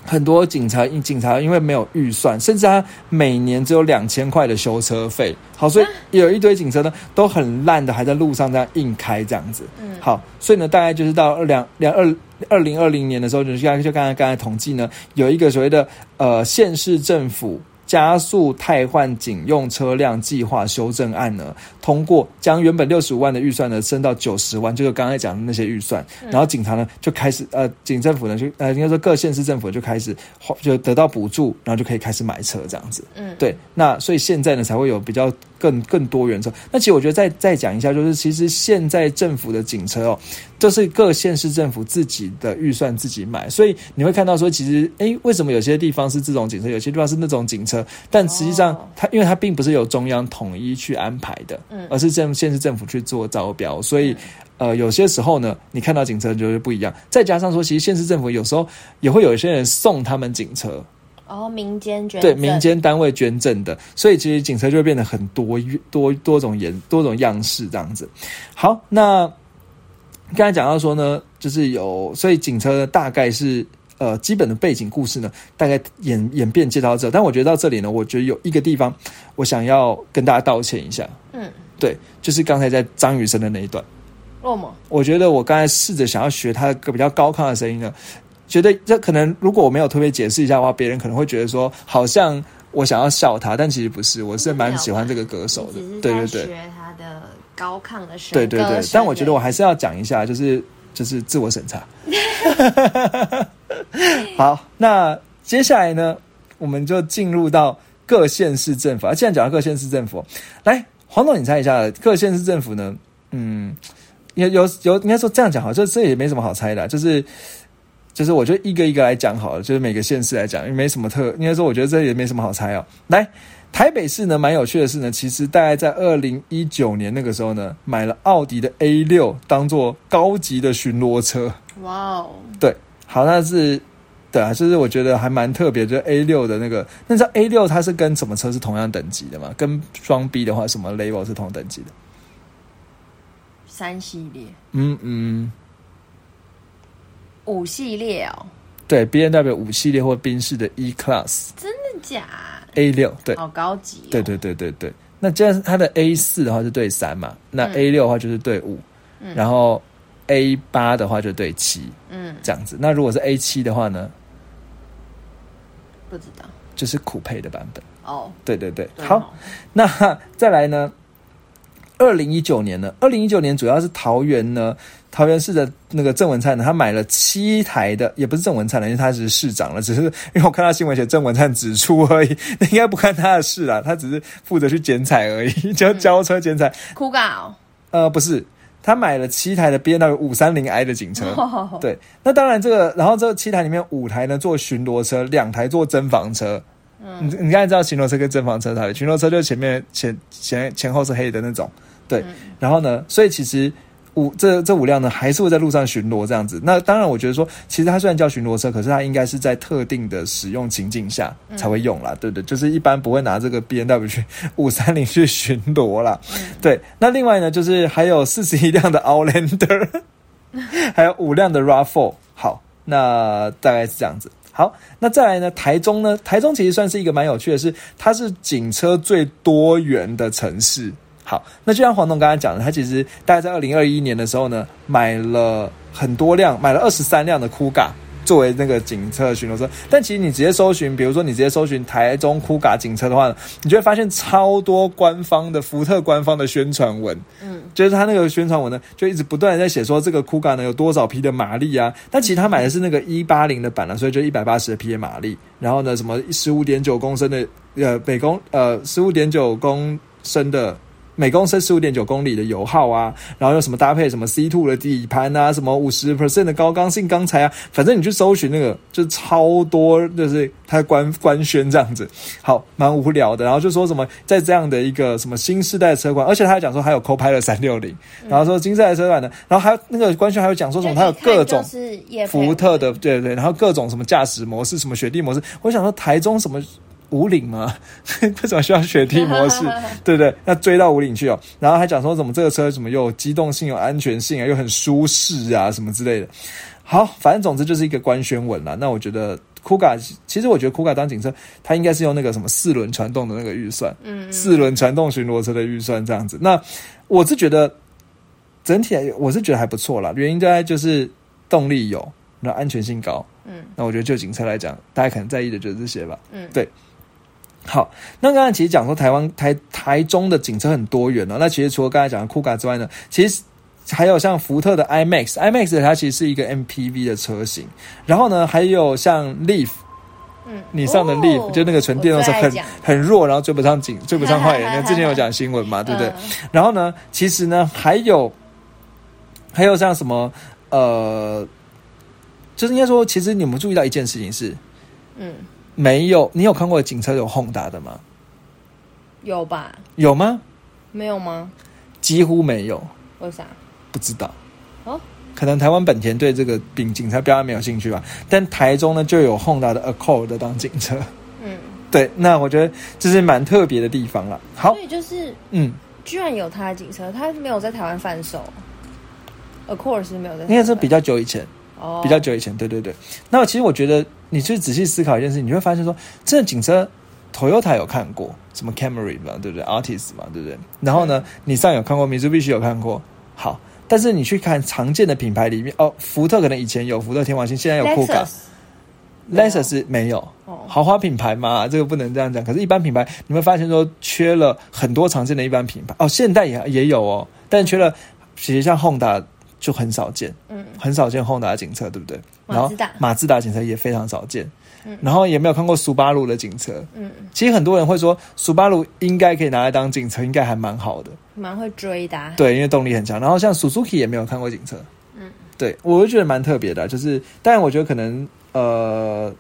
Speaker 1: 很多警察，警察因为没有预算，甚至他每年只有两千块的修车费。好，所以有一堆警车呢都很烂的，还在路上这样硬开这样子。
Speaker 2: 嗯
Speaker 1: 好，所以呢，大概就是到二两两二二零二零年的时候，就是刚就刚才刚才统计呢，有一个所谓的呃县市政府。加速汰换警用车辆计划修正案呢，通过将原本六十五万的预算呢升到九十万，就是刚才讲的那些预算。然后警察呢就开始呃，警政府呢就呃应该说各县市政府就开始花就得到补助，然后就可以开始买车这样子。
Speaker 2: 嗯，
Speaker 1: 对，那所以现在呢才会有比较更更多元车。那其实我觉得再再讲一下，就是其实现在政府的警车哦，就是各县市政府自己的预算自己买，所以你会看到说，其实诶，为什么有些地方是这种警车，有些地方是那种警车？但实际上
Speaker 2: 哦
Speaker 1: 它因为它并不是由中央统一去安排的，
Speaker 2: 嗯
Speaker 1: 而是政县市政府去做招标，所以。呃，有些时候呢，你看到警车就是不一样，再加上说，其实县市政府有时候也会有一些人送他们警车，
Speaker 2: 然后哦民间捐
Speaker 1: 对
Speaker 2: 赠
Speaker 1: 民间单位捐赠的，所以其实警车就会变得很多多多种颜多种样式这样子。好，那刚才讲到说呢，就是有，所以警车呢大概是。呃，基本的背景故事呢，大概演演变介绍到这，但我觉得到这里呢，我觉得有一个地方，我想要跟大家道歉一下，
Speaker 2: 嗯，
Speaker 1: 对，就是刚才在张雨生的那一段，
Speaker 2: 落寞，
Speaker 1: 我觉得我刚才试着想要学他的比较高亢的声音呢，觉得这可能如果我没有特别解释一下的话，别人可能会觉得说好像我想要笑他，但其实不是，我是蛮喜欢这个歌手的
Speaker 2: 只是，
Speaker 1: 对
Speaker 2: 在
Speaker 1: 对对
Speaker 2: 学他的高亢的声，
Speaker 1: 对对
Speaker 2: 歌
Speaker 1: 对
Speaker 2: 声。
Speaker 1: 但我觉得我还是要讲一下，就是就是自我审查。好，那接下来呢，我们就进入到各县市政府。啊，既然讲到各县市政府，来，黄总，你猜一下，各县市政府呢？嗯，有有有，应该说这样讲好，这这也没什么好猜的啊、就是就是，我就一个一个来讲好了，就是每个县市来讲，因为没什么特，应该说我觉得这也没什么好猜哦。来，台北市呢，蛮有趣的是呢，其实大概在二零一九年那个时候呢，买了奥迪的 A 六当做高级的巡逻车。
Speaker 2: 哇哦，
Speaker 1: 对，好，那是对啊，就是我觉得还蛮特别，就是 A 六的那个，那你知道 A 六它是跟什么车是同样等级的吗？跟双 B 的话，什么 label 是同等级的？
Speaker 2: 三系列、
Speaker 1: 嗯嗯，
Speaker 2: 五系列哦，
Speaker 1: 对，B N W 五系列或宾士的 E Class，
Speaker 2: 真的假？
Speaker 1: A 六，对，
Speaker 3: 好高级、哦。
Speaker 1: 对对对对对。那既然它的 A 四的话是对三嘛，那 A 六的话就是对五、
Speaker 3: 嗯
Speaker 1: 然后 A 八的话就对七
Speaker 3: 嗯，
Speaker 1: 这样子。那如果是 A 七的话呢，
Speaker 3: 不知道
Speaker 1: 就是酷配的版本。
Speaker 3: 哦。
Speaker 1: 对对对，
Speaker 3: 对
Speaker 1: 好
Speaker 3: 哦，，
Speaker 1: 那 再来呢？二零一九年呢？二零一九年主要是桃园呢，桃园市的那个郑文灿呢，他买了七台的，也不是郑文灿了，因为他只是市长了，只是因 为我看到新闻写郑文灿指出而已， 那应该不看他的事啦，他只是负责去剪彩而已， 就
Speaker 3: 嗯
Speaker 1: 交车剪彩。
Speaker 3: 酷咖哦。
Speaker 1: 呃，不是，他买了七台的 B N W 五三零 I 的警车，
Speaker 3: 哦
Speaker 1: 对，那当然这个，然后这七台里面五台呢做巡逻车，两台做侦防车。嗯，你你刚才知道巡逻车跟侦防车差别，巡逻车就是前面前前前后是黑的那种，对。然后呢，所以其实五这这五辆呢还是会在路上巡逻这样子。那当然，我觉得说，其实它虽然叫巡逻车，可是它应该是在特定的使用情境下才会用啦，对不对？就是一般不会拿这个 B N W 去五三零去巡逻啦。对，那另外呢，就是还有四十一辆的 Outlander。还有五辆的 RAV4。好，那大概是这样子。好，那再来呢？台中呢？台中其实算是一个蛮有趣的是，它是警车最多元的城市。好，那就像黄总刚才讲的，他其实大概在二零二一年的时候呢，买了很多辆，买了二十三辆的酷嘎作为那个警车巡逻车。但其实你直接搜寻，比如说你直接搜寻台中酷嘎警车的话，你就会发现超多官方的福特官方的宣传文，就是他那个宣传文呢，就一直不断的在写说这个酷 a 呢有多少匹的马力啊，但其实他买的是那个一八零的版了，所以就一百八十匹的马力，然后呢什么十五点九公升的呃每公呃十五点九公升的。每公升十五点九公里的油耗啊，然后有什么搭配什么 C two 的底盘啊，什么五十 percent 的高刚性钢材啊，反正你去搜寻那个，就是超多，就是它官官宣这样子。好，蛮无聊的。然后就说什么在这样的一个什么新世代的车款，而且他还讲说还有 Copilot 三六零，然后说新世代的车款呢，然后还有那嗯个官宣还有讲说什么它有各种
Speaker 3: 就是业配
Speaker 1: 福特的，对对，然后各种什么驾驶模式，什么雪地模式，我想说台中什么。五岭吗？ 为什么需要雪地 模式？对不对？要追到五岭去哦。然后还讲说什么这个车什么又有机动性、有安全性啊，又很舒适啊，什么之类的。好，反正总之就是一个官宣文啦。啊那我觉得酷 a 其实我觉得酷 a 当警车，它应该是用那个什么四轮传动的那个预算，嗯，四轮传动巡逻车的预算这样子。那我是觉得整体来我是觉得还不错啦，原因大概就是动力有，那安全性高，
Speaker 3: 嗯，
Speaker 1: 那我觉得就警车来讲，大家可能在意的就是这些吧，
Speaker 3: 嗯
Speaker 1: 对。好，那刚才其实讲说台湾台台中的警车很多元哦，那其实除了刚才讲的酷 a 之外呢，其实还有像福特的 iMax，iMax 它其实是一个 MPV 的车型，然后呢，还有像 Leaf。
Speaker 3: 嗯
Speaker 1: 你上的 Leaf、
Speaker 3: 哦
Speaker 1: 就那个纯电动车
Speaker 3: 我最爱
Speaker 1: 很
Speaker 3: 讲
Speaker 1: 很弱，然后追不上警，追不上 坏人。那之前有讲新闻嘛，对不
Speaker 3: 哦嗯
Speaker 1: 对？然后呢，其实呢还有还有像什么呃，就是应该说，其实你们注意到一件事情是，
Speaker 3: 嗯，
Speaker 1: 没有你有看过警车有 Honda 的吗？
Speaker 3: 有吧？
Speaker 1: 有吗？
Speaker 3: 没有吗？
Speaker 1: 几乎没有，
Speaker 3: 为啥？
Speaker 1: 不知道。
Speaker 3: 哦，
Speaker 1: 可能台湾本田对这个警警察标案没有兴趣吧，但台中呢就有 Honda 的 Accord 当警车，
Speaker 3: 嗯，
Speaker 1: 对，那我觉得这是蛮特别的地方了。好
Speaker 3: 所，以就是
Speaker 1: 嗯，
Speaker 3: 居然有他的警车，他没有在台湾贩售。Of course 没有在台湾贩售，
Speaker 1: 应该是比较久以前，
Speaker 3: 哦
Speaker 1: 比较久以前，对对对。那其实我觉得，你去仔细思考一件事，你会发现说，这警车 Toyota 有看过，什么 Camry 嘛，对不对？Artist 嘛，对不对？然后呢，你上有看过，Mitsubishi 有看过，好。但是你去看常见的品牌里面，哦，福特可能以前有福特天王星，现在有酷感
Speaker 3: Lexus
Speaker 1: l e x u s 没有
Speaker 3: 哦，
Speaker 1: 豪华品牌嘛，这个不能这样讲。可是，一般品牌你会发现说缺了很多常见的一般品牌哦，现代也也有哦，但缺了，其实像 Honda 就很少见，
Speaker 3: 嗯，
Speaker 1: 很少见 Honda 的警车，对不对？
Speaker 3: 马
Speaker 1: 然后
Speaker 3: 自达
Speaker 1: 马自达警车也非常少见，
Speaker 3: 嗯
Speaker 1: 然后也没有看过苏巴鲁的警车。
Speaker 3: 嗯，
Speaker 1: 其实很多人会说，苏巴鲁应该可以拿来当警车，应该还蛮好的。
Speaker 3: 蛮会追的啊。
Speaker 1: 对，因为动力很强。然后像 Suzuki 也没有看过警车，
Speaker 3: 嗯，
Speaker 1: 对我就觉得蛮特别的啊，就是，但我觉得可能呃，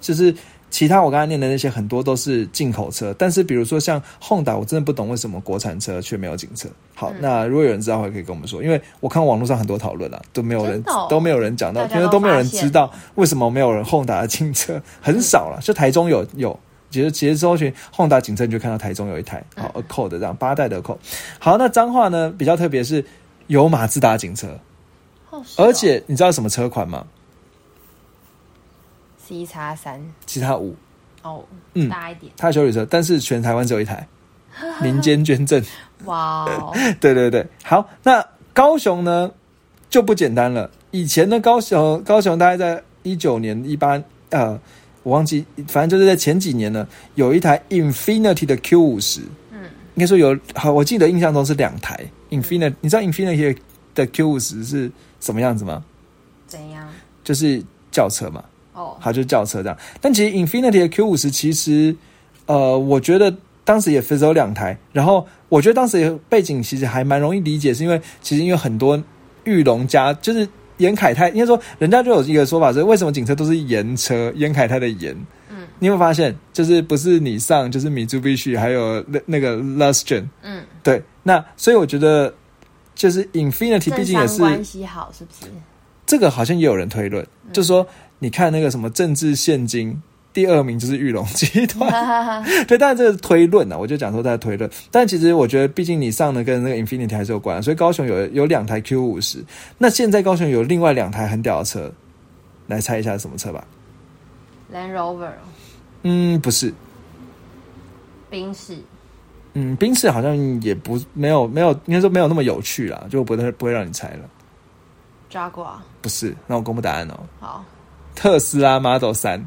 Speaker 1: 就是其他我刚才念的那些很多都是进口车，但是比如说像 Honda，我真的不懂为什么国产车却没有警车。好，
Speaker 3: 嗯
Speaker 1: 那如果有人知道的话，可以跟我们说，因为我看网络上很多讨论啊，都没有
Speaker 3: 真
Speaker 1: 人
Speaker 3: 的哦
Speaker 1: 都没有人讲到，
Speaker 3: 大家
Speaker 1: 因为
Speaker 3: 都
Speaker 1: 都没有
Speaker 3: 发
Speaker 1: 人
Speaker 3: 现
Speaker 1: 知道为什么没有人 Honda 的 警车，很少了，就台中有有。其实，其实搜寻 Honda 警车，你就看到台中有一台
Speaker 3: 嗯
Speaker 1: 好 Accord 这样八代的 Accord。好，那彰化呢比较特别是有马自达警车，
Speaker 3: 好是哦
Speaker 1: 而且你知道什么车款吗？
Speaker 3: C 叉三
Speaker 1: 其他五
Speaker 3: 哦，
Speaker 1: 嗯
Speaker 3: 大一点，
Speaker 1: 它有修理车，但是全台湾只有 一台，民间捐赠。
Speaker 3: 哇 哦，
Speaker 1: 对对对，好，那高雄呢就不简单了。以前的高雄，高雄大概在一九年、一八呃，我忘记，反正就是在前几年呢，有一台 Infinity 的 Q 五十，
Speaker 3: 嗯，
Speaker 1: 应该说有，好，我记得印象中是两台 Infinity。你知道 Infinity 的 Q 五十是什么样子吗？
Speaker 3: 怎样？
Speaker 1: 就是轿车嘛，
Speaker 3: 哦，
Speaker 1: 它就是轿车这样。但其实 Infinity 的 Q 五十其实，呃，我觉得当时也只有两台，然后我觉得当时也背景其实还蛮容易理解，是因为其实因为很多玉龙家就是严凯泰，应该说人家就有一个说法是为什么警车都是严车，严凯泰的严。
Speaker 3: 嗯
Speaker 1: 你有没有发现，就是不是你上，就是米珠必须，还有那那个 Lustron，
Speaker 3: 嗯，
Speaker 1: 对，那所以我觉得就是 Infinity 毕
Speaker 3: 政
Speaker 1: 竟也
Speaker 3: 商
Speaker 1: 是
Speaker 3: 关系好是不是？
Speaker 1: 这个好像也有人推论，就说你看那个什么政治现金。第二名就是玉龙集团，
Speaker 3: 哈哈哈，
Speaker 1: 对，当然这个推论呢、啊，我就讲说在推论，但其实我觉得，毕竟你上的跟那个 Infinity 还是有关，所以高雄有有两台 Q 五十，那现在高雄有另外两台很屌的车，来猜一下是什么车吧？
Speaker 3: Land Rover，
Speaker 1: 嗯，不是，
Speaker 3: 宾士，
Speaker 1: 嗯，宾士好像也不没有没有，应该说没有那么有趣啦，就不会不会让你猜了，
Speaker 3: Jaguar，
Speaker 1: 不是，那我公布答案哦，
Speaker 3: 好，
Speaker 1: 特斯拉 Model 三，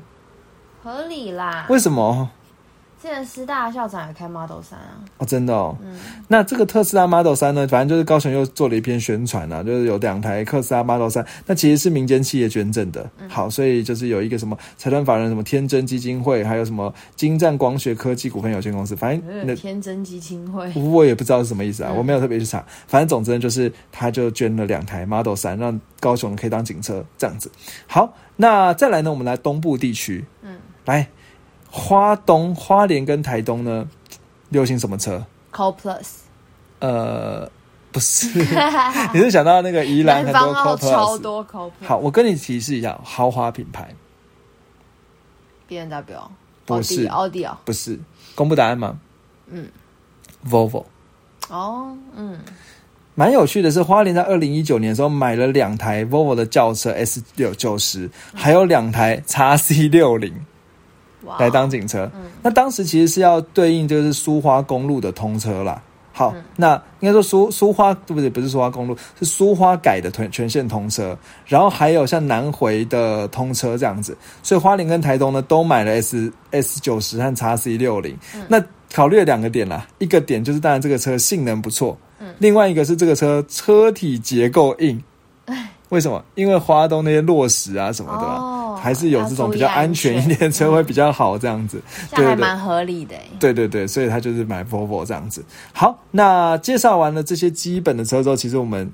Speaker 3: 合理啦。
Speaker 1: 为什么？
Speaker 3: 之前师大的校长也开 Model 三啊，嗯
Speaker 1: 哦，真的哦。那这个特斯拉 Model 三呢，反正就是高雄又做了一篇宣传啊，就是有两台特斯拉 Model 三，那其实是民间企业捐赠的。好，所以就是有一个什么财团法人什么天真基金会，还有什么金湛光学科技股份有限公司，反
Speaker 2: 嗯
Speaker 1: 正那嗯
Speaker 3: 呃天真基金会，
Speaker 1: 我也不知道是什么意思啊，我没有特别去查。反正总之呢，就是他就捐了两台 Model 三，让高雄可以当警车这样子。好，那再来呢，我们来东部地区，嗯，来花东、花莲跟台东呢，流行什么车？
Speaker 3: Co Plus，
Speaker 1: 呃，不 是，你是想到那个宜兰
Speaker 3: 南
Speaker 1: 很
Speaker 3: 方
Speaker 1: 多
Speaker 3: 澳
Speaker 1: Co
Speaker 3: 超
Speaker 1: Plus？
Speaker 3: 多 Co Plus，
Speaker 1: 好，我跟你提示一下，豪华品牌
Speaker 3: ，B N W，
Speaker 1: 不是
Speaker 3: 奥迪哦，
Speaker 1: 不是。公布答案吗？嗯，Volvo。
Speaker 3: 哦，嗯，
Speaker 1: 蛮有趣的是，花莲在二零一九年的时候买了两台 Volvo 的轿车 S 六九十，还有两台 x C 六零
Speaker 3: 哇，哦
Speaker 1: 来当警车。那当时其实是要对应就是苏花公路的通车啦。好，那应该说苏苏花对不对？不是苏花公路，是苏花改的全全线通车，然后还有像南回的通车这样子。所以花莲跟台东呢都买了 S S 九十和 x C 六零。那考虑了两个点啦，一个点就是当然这个车性能不错，另外一个是这个车车体结构硬。为什么？因为花东那些落石啊什么的啊、
Speaker 3: 哦
Speaker 1: 还是有这种比较安全嗯一点的车会比较好，这样子。
Speaker 3: 这样还
Speaker 1: 对对
Speaker 3: 蛮合理的欸，
Speaker 1: 对对对，所以他就是买 Volvo 这样子。好，那介绍完了这些基本的车之后，其实我们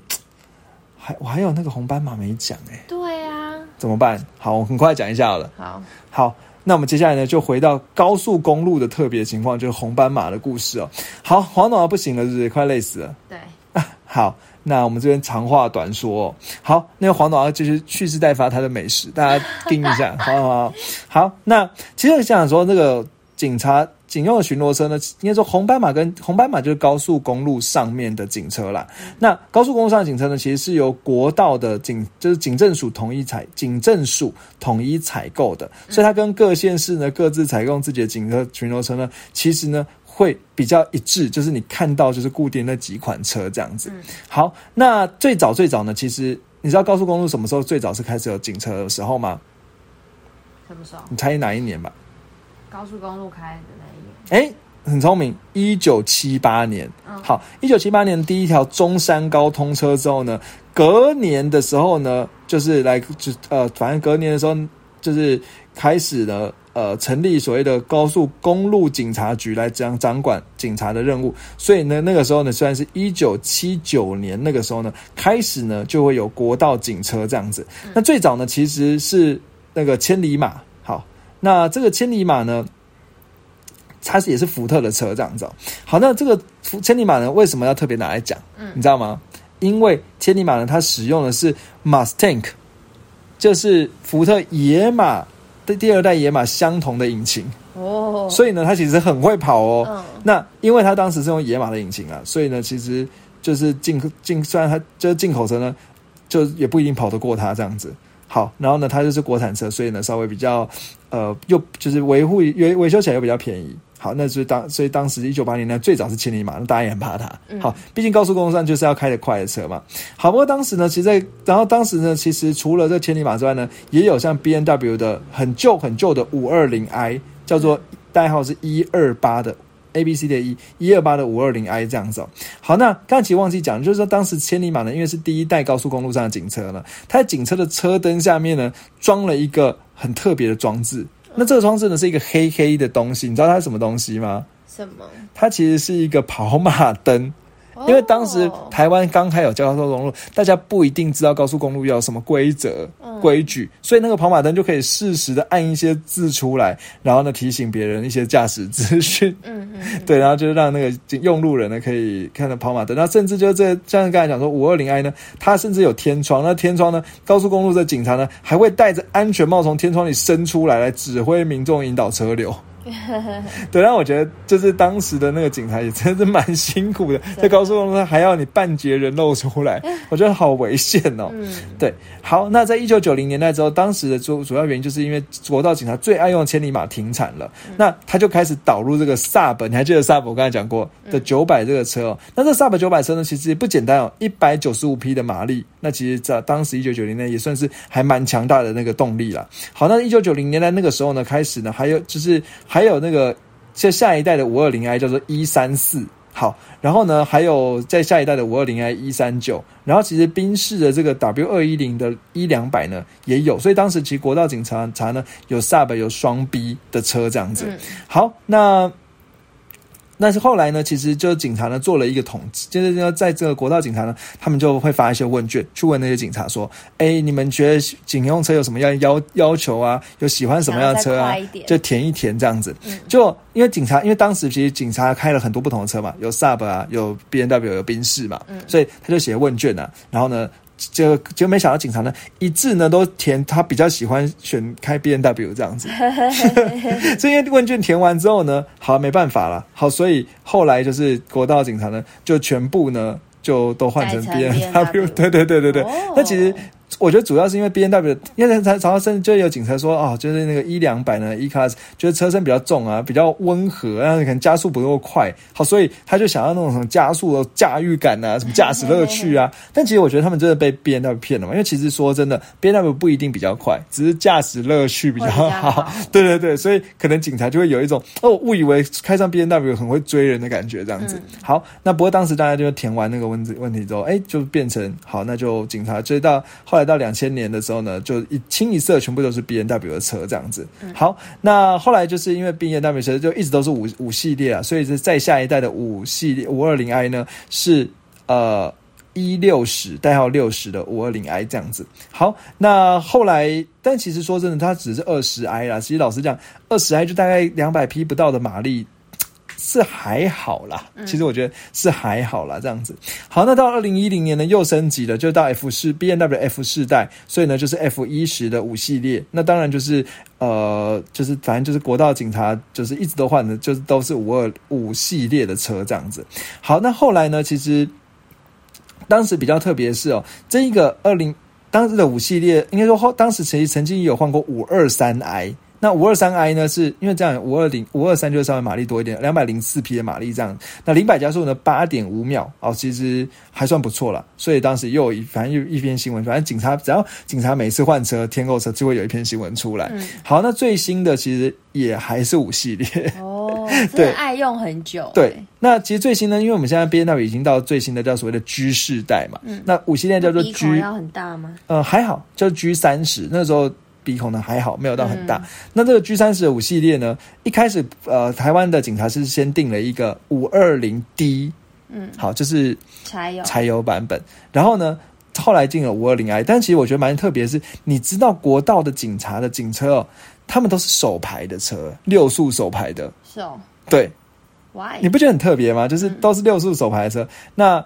Speaker 1: 还我还有那个红斑马没讲哎、
Speaker 3: 对啊，
Speaker 1: 怎么办？好，我很快讲一下好了。
Speaker 3: 好，
Speaker 1: 好，那我们接下来呢，就回到高速公路的特别情况，就是红斑马的故事哦。好，黄董啊不行了，是不是快累死了？
Speaker 3: 对，
Speaker 1: 好，那我们这边长话短说、哦。好，那个黄导要继续蓄势待发他的美食，大家盯一 下。啊好好好，好。那其实我想说，那个警察警用的巡逻车呢，应该说红斑马跟红斑马就是高速公路上面的警车啦。那高速公路上的警车呢，其实是由国道的警就是警政署统一采警政署统一采购的，所以它跟各县市呢各自采购自己的警车巡逻车呢，其实呢会比较一致，就是你看到就是固定那几款车这样子。
Speaker 2: 嗯
Speaker 3: 嗯
Speaker 1: 好，那最早最早呢，其实你知道高速公路什么时候最早是开始有警车的时候吗？
Speaker 3: 什么时候
Speaker 1: 你猜哪一年吧？
Speaker 3: 高速公路开的那一年？
Speaker 1: 哎，很聪明，一九七八年。
Speaker 3: 嗯
Speaker 1: 好，一九七八年第一条中山高通车之后呢，隔年的时候呢，就是来就呃，反正隔年的时候就是开始呢。呃，成立所谓的高速公路警察局来掌掌管警察的任务，所以呢，那个时候呢，虽然是一九七九年那个时候呢，开始呢就会有国道警车这样子。那最早呢，其实是那个千里马。好，那这个千里马呢，它是也是福特的车这样子、哦。好，那这个福千里马呢，为什么要特别拿来讲？
Speaker 3: 嗯
Speaker 1: 你知道吗？因为千里马呢，它使用的是 Mustang，就是福特野马的第二代野马相同的引擎，
Speaker 3: 哦，
Speaker 1: 所以呢，它其实很会跑哦。
Speaker 3: 嗯，
Speaker 1: 那因为它当时是用野马的引擎啊，所以呢，其实就是进进虽然它就是进口车呢，就也不一定跑得过它这样子。好，然后呢，它就是国产车，所以呢稍微比较呃，又就是维护维维修起来又比较便宜。好，那就是当所以当时一九八零年最早是千里马，那大家也很怕它。好，毕竟高速公路上就是要开得快的车嘛。好，不过当时呢，其实在然后当时呢，其实除了这千里马之外呢，也有像 B N W 的很旧很旧的五二零 i，叫做代号是一二八的 A B C 的一一二八的五二零 i 这样子、哦。好，那刚才其实忘记讲，就是说当时千里马呢，因为是第一代高速公路上的警车呢，它在警车的车灯下面呢装了一个很特别的装置。那这个装置呢是一个黑黑的东西，你知道它是什么东西吗？
Speaker 3: 什么？
Speaker 1: 它其实是一个跑马灯。因为当时
Speaker 3: 哦
Speaker 1: 台湾刚开有交通公路，大家不一定知道高速公路要有什么规则、规矩，所以那个跑马灯就可以适时的按一些字出来，然后呢提醒别人一些驾驶资讯。
Speaker 3: 嗯嗯，
Speaker 1: 对，然后就是让那个用路人呢可以看到跑马灯，那甚至就是这像刚才讲说五二零 i 呢，它甚至有天窗，那天窗呢，高速公路的警察呢还会戴着安全帽从天窗里伸出来来指挥民众引导车流。对，但我觉得就是当时的那个警察也真的是蛮辛苦的，在高速公路上还要你半截人露出来，我觉得好危险哦。
Speaker 3: 嗯
Speaker 1: 对，好，那在一九九零年代之后，当时的主主要原因就是因为国道警察最爱用的千里马停产了，那他就开始导入这个萨博，你还记得萨博我刚才讲过的九百这个车哦？那这萨博九百车呢，其实也不简单哦，一百九十五匹的马力，那其实在当时一九九零年也算是还蛮强大的那个动力啦。好，那一九九零年代那个时候呢，开始呢，还有就是还有那个像下一代的五二零 i 叫做一三四。好，然后呢，还有在下一代的五二零 i 一三九，然后其实宾士的这个 W 二一零的一两百呢也有，所以当时其实国道警察查呢有 Sub 有双 B 的车这样子。
Speaker 3: 嗯
Speaker 1: 好，那但是后来呢，其实就警察呢做了一个统计，就是说在这个国道警察呢，他们就会发一些问卷去问那些警察说：“哎，你们觉得警用车有什么样的要要求啊？有喜欢什么样的
Speaker 3: 想
Speaker 1: 车
Speaker 3: 要再
Speaker 1: 啊
Speaker 3: 快一？点
Speaker 1: 就填一填这样子。
Speaker 3: 嗯
Speaker 1: 就因为警察，因为当时其实警察开了很多不同的车嘛，有 Sub 啊，有 B N W，有宾士嘛，
Speaker 3: 嗯
Speaker 1: 所以他就写问卷啊，然后呢。就就没想到警察呢一致呢都填他比较喜欢选开 B N W 这 样子，所以因为问卷填完之后呢，好没办法了，好，所以后来就是国道警察呢，就全部呢就都换成
Speaker 3: 改
Speaker 1: B
Speaker 3: 成
Speaker 1: N W，
Speaker 3: BMW
Speaker 1: 对对对对对。
Speaker 3: 哦
Speaker 1: 那其实我觉得主要是因为 B N W，因为常常甚至就有警察说哦，就是那个一两百呢 E class，就是车身比较重啊，比较温和，然后可能加速不够快，好，所以他就想要那种什么加速的驾驭感啊，什么驾驶乐 趣啊。但其实我觉得他们真的被 B N W 骗了嘛，因为其实说真的，B N W 不一定比较快，只是驾驶乐趣比较
Speaker 3: 会比较
Speaker 1: 好
Speaker 3: 好。
Speaker 1: 对对对，所以可能警察就会有一种哦，误以为开上 B N W 很会追人的感觉这样子。好，那不过当时大家就填完那个问题问题之后，哎，就变成好，那就警察追到后来到两千年的时候呢，就一清一色全部都是 B N W 的车这样子。好，那后来就是因为 B N W 车就一直都是五五系列啊，所以是再下一代的五系列五二零 i 呢是呃。一六十代号六十的五二零 i 这样子。好，那后来，但其实说真的，它只是二十 i 啦。其实老实讲，二十 i 就大概两百匹不到的马力。是还好啦，其实我觉得是还好啦，这样子。好，那到二零一零年呢，又升级了，就到 F 四 B N W F 世代，所以呢就是 F 一十的五系列。那当然就是呃，就是反正就是国道警察，就是一直都换的，就是都是五二五系列的车这样子。好，那后来呢，其实当时比较特别的是哦，这一个二零当时的五系列，应该说后当时其实曾经也有换过五二三 i。那五二三 i 呢，是因为这样五二零五二三就是稍微马力多一点，两百零四匹的马力这样。那零百加速呢八点五秒哦，其实还算不错了。所以当时又有一反正又有一篇新闻，反正警察只要警察每次换车添购车就会有一篇新闻出
Speaker 2: 嗯
Speaker 1: 来。
Speaker 3: 嗯
Speaker 1: 好，那最新的其实也还是五系列。
Speaker 3: 哦，真
Speaker 1: 对
Speaker 3: 的爱用很久。欸
Speaker 1: 对，，那其实最新呢，因为我们现在 B N W 已经到最新的叫所谓的 G 世代嘛，那五系列叫做
Speaker 3: 嗯鼻
Speaker 1: G，
Speaker 3: 孔要很大吗？
Speaker 1: 呃，还好，就 G 三十那时候鼻孔呢还好，没有到
Speaker 3: 嗯
Speaker 1: 很大。那这个 G 三十五系列呢，一开始呃，台湾的警察是先定了一个五二零 D，
Speaker 3: 嗯，
Speaker 1: 好，就是
Speaker 3: 柴油，
Speaker 1: 柴油版本。然后呢，后来进了五二零 i，但其实我觉得蛮特别的是，你知道国道的警察的警车哦，他们都是手排的车，六速手排的，
Speaker 3: 是哦
Speaker 1: 对，
Speaker 3: ，Why？
Speaker 1: 你不觉得很特别吗？就是都是六速手排的车，那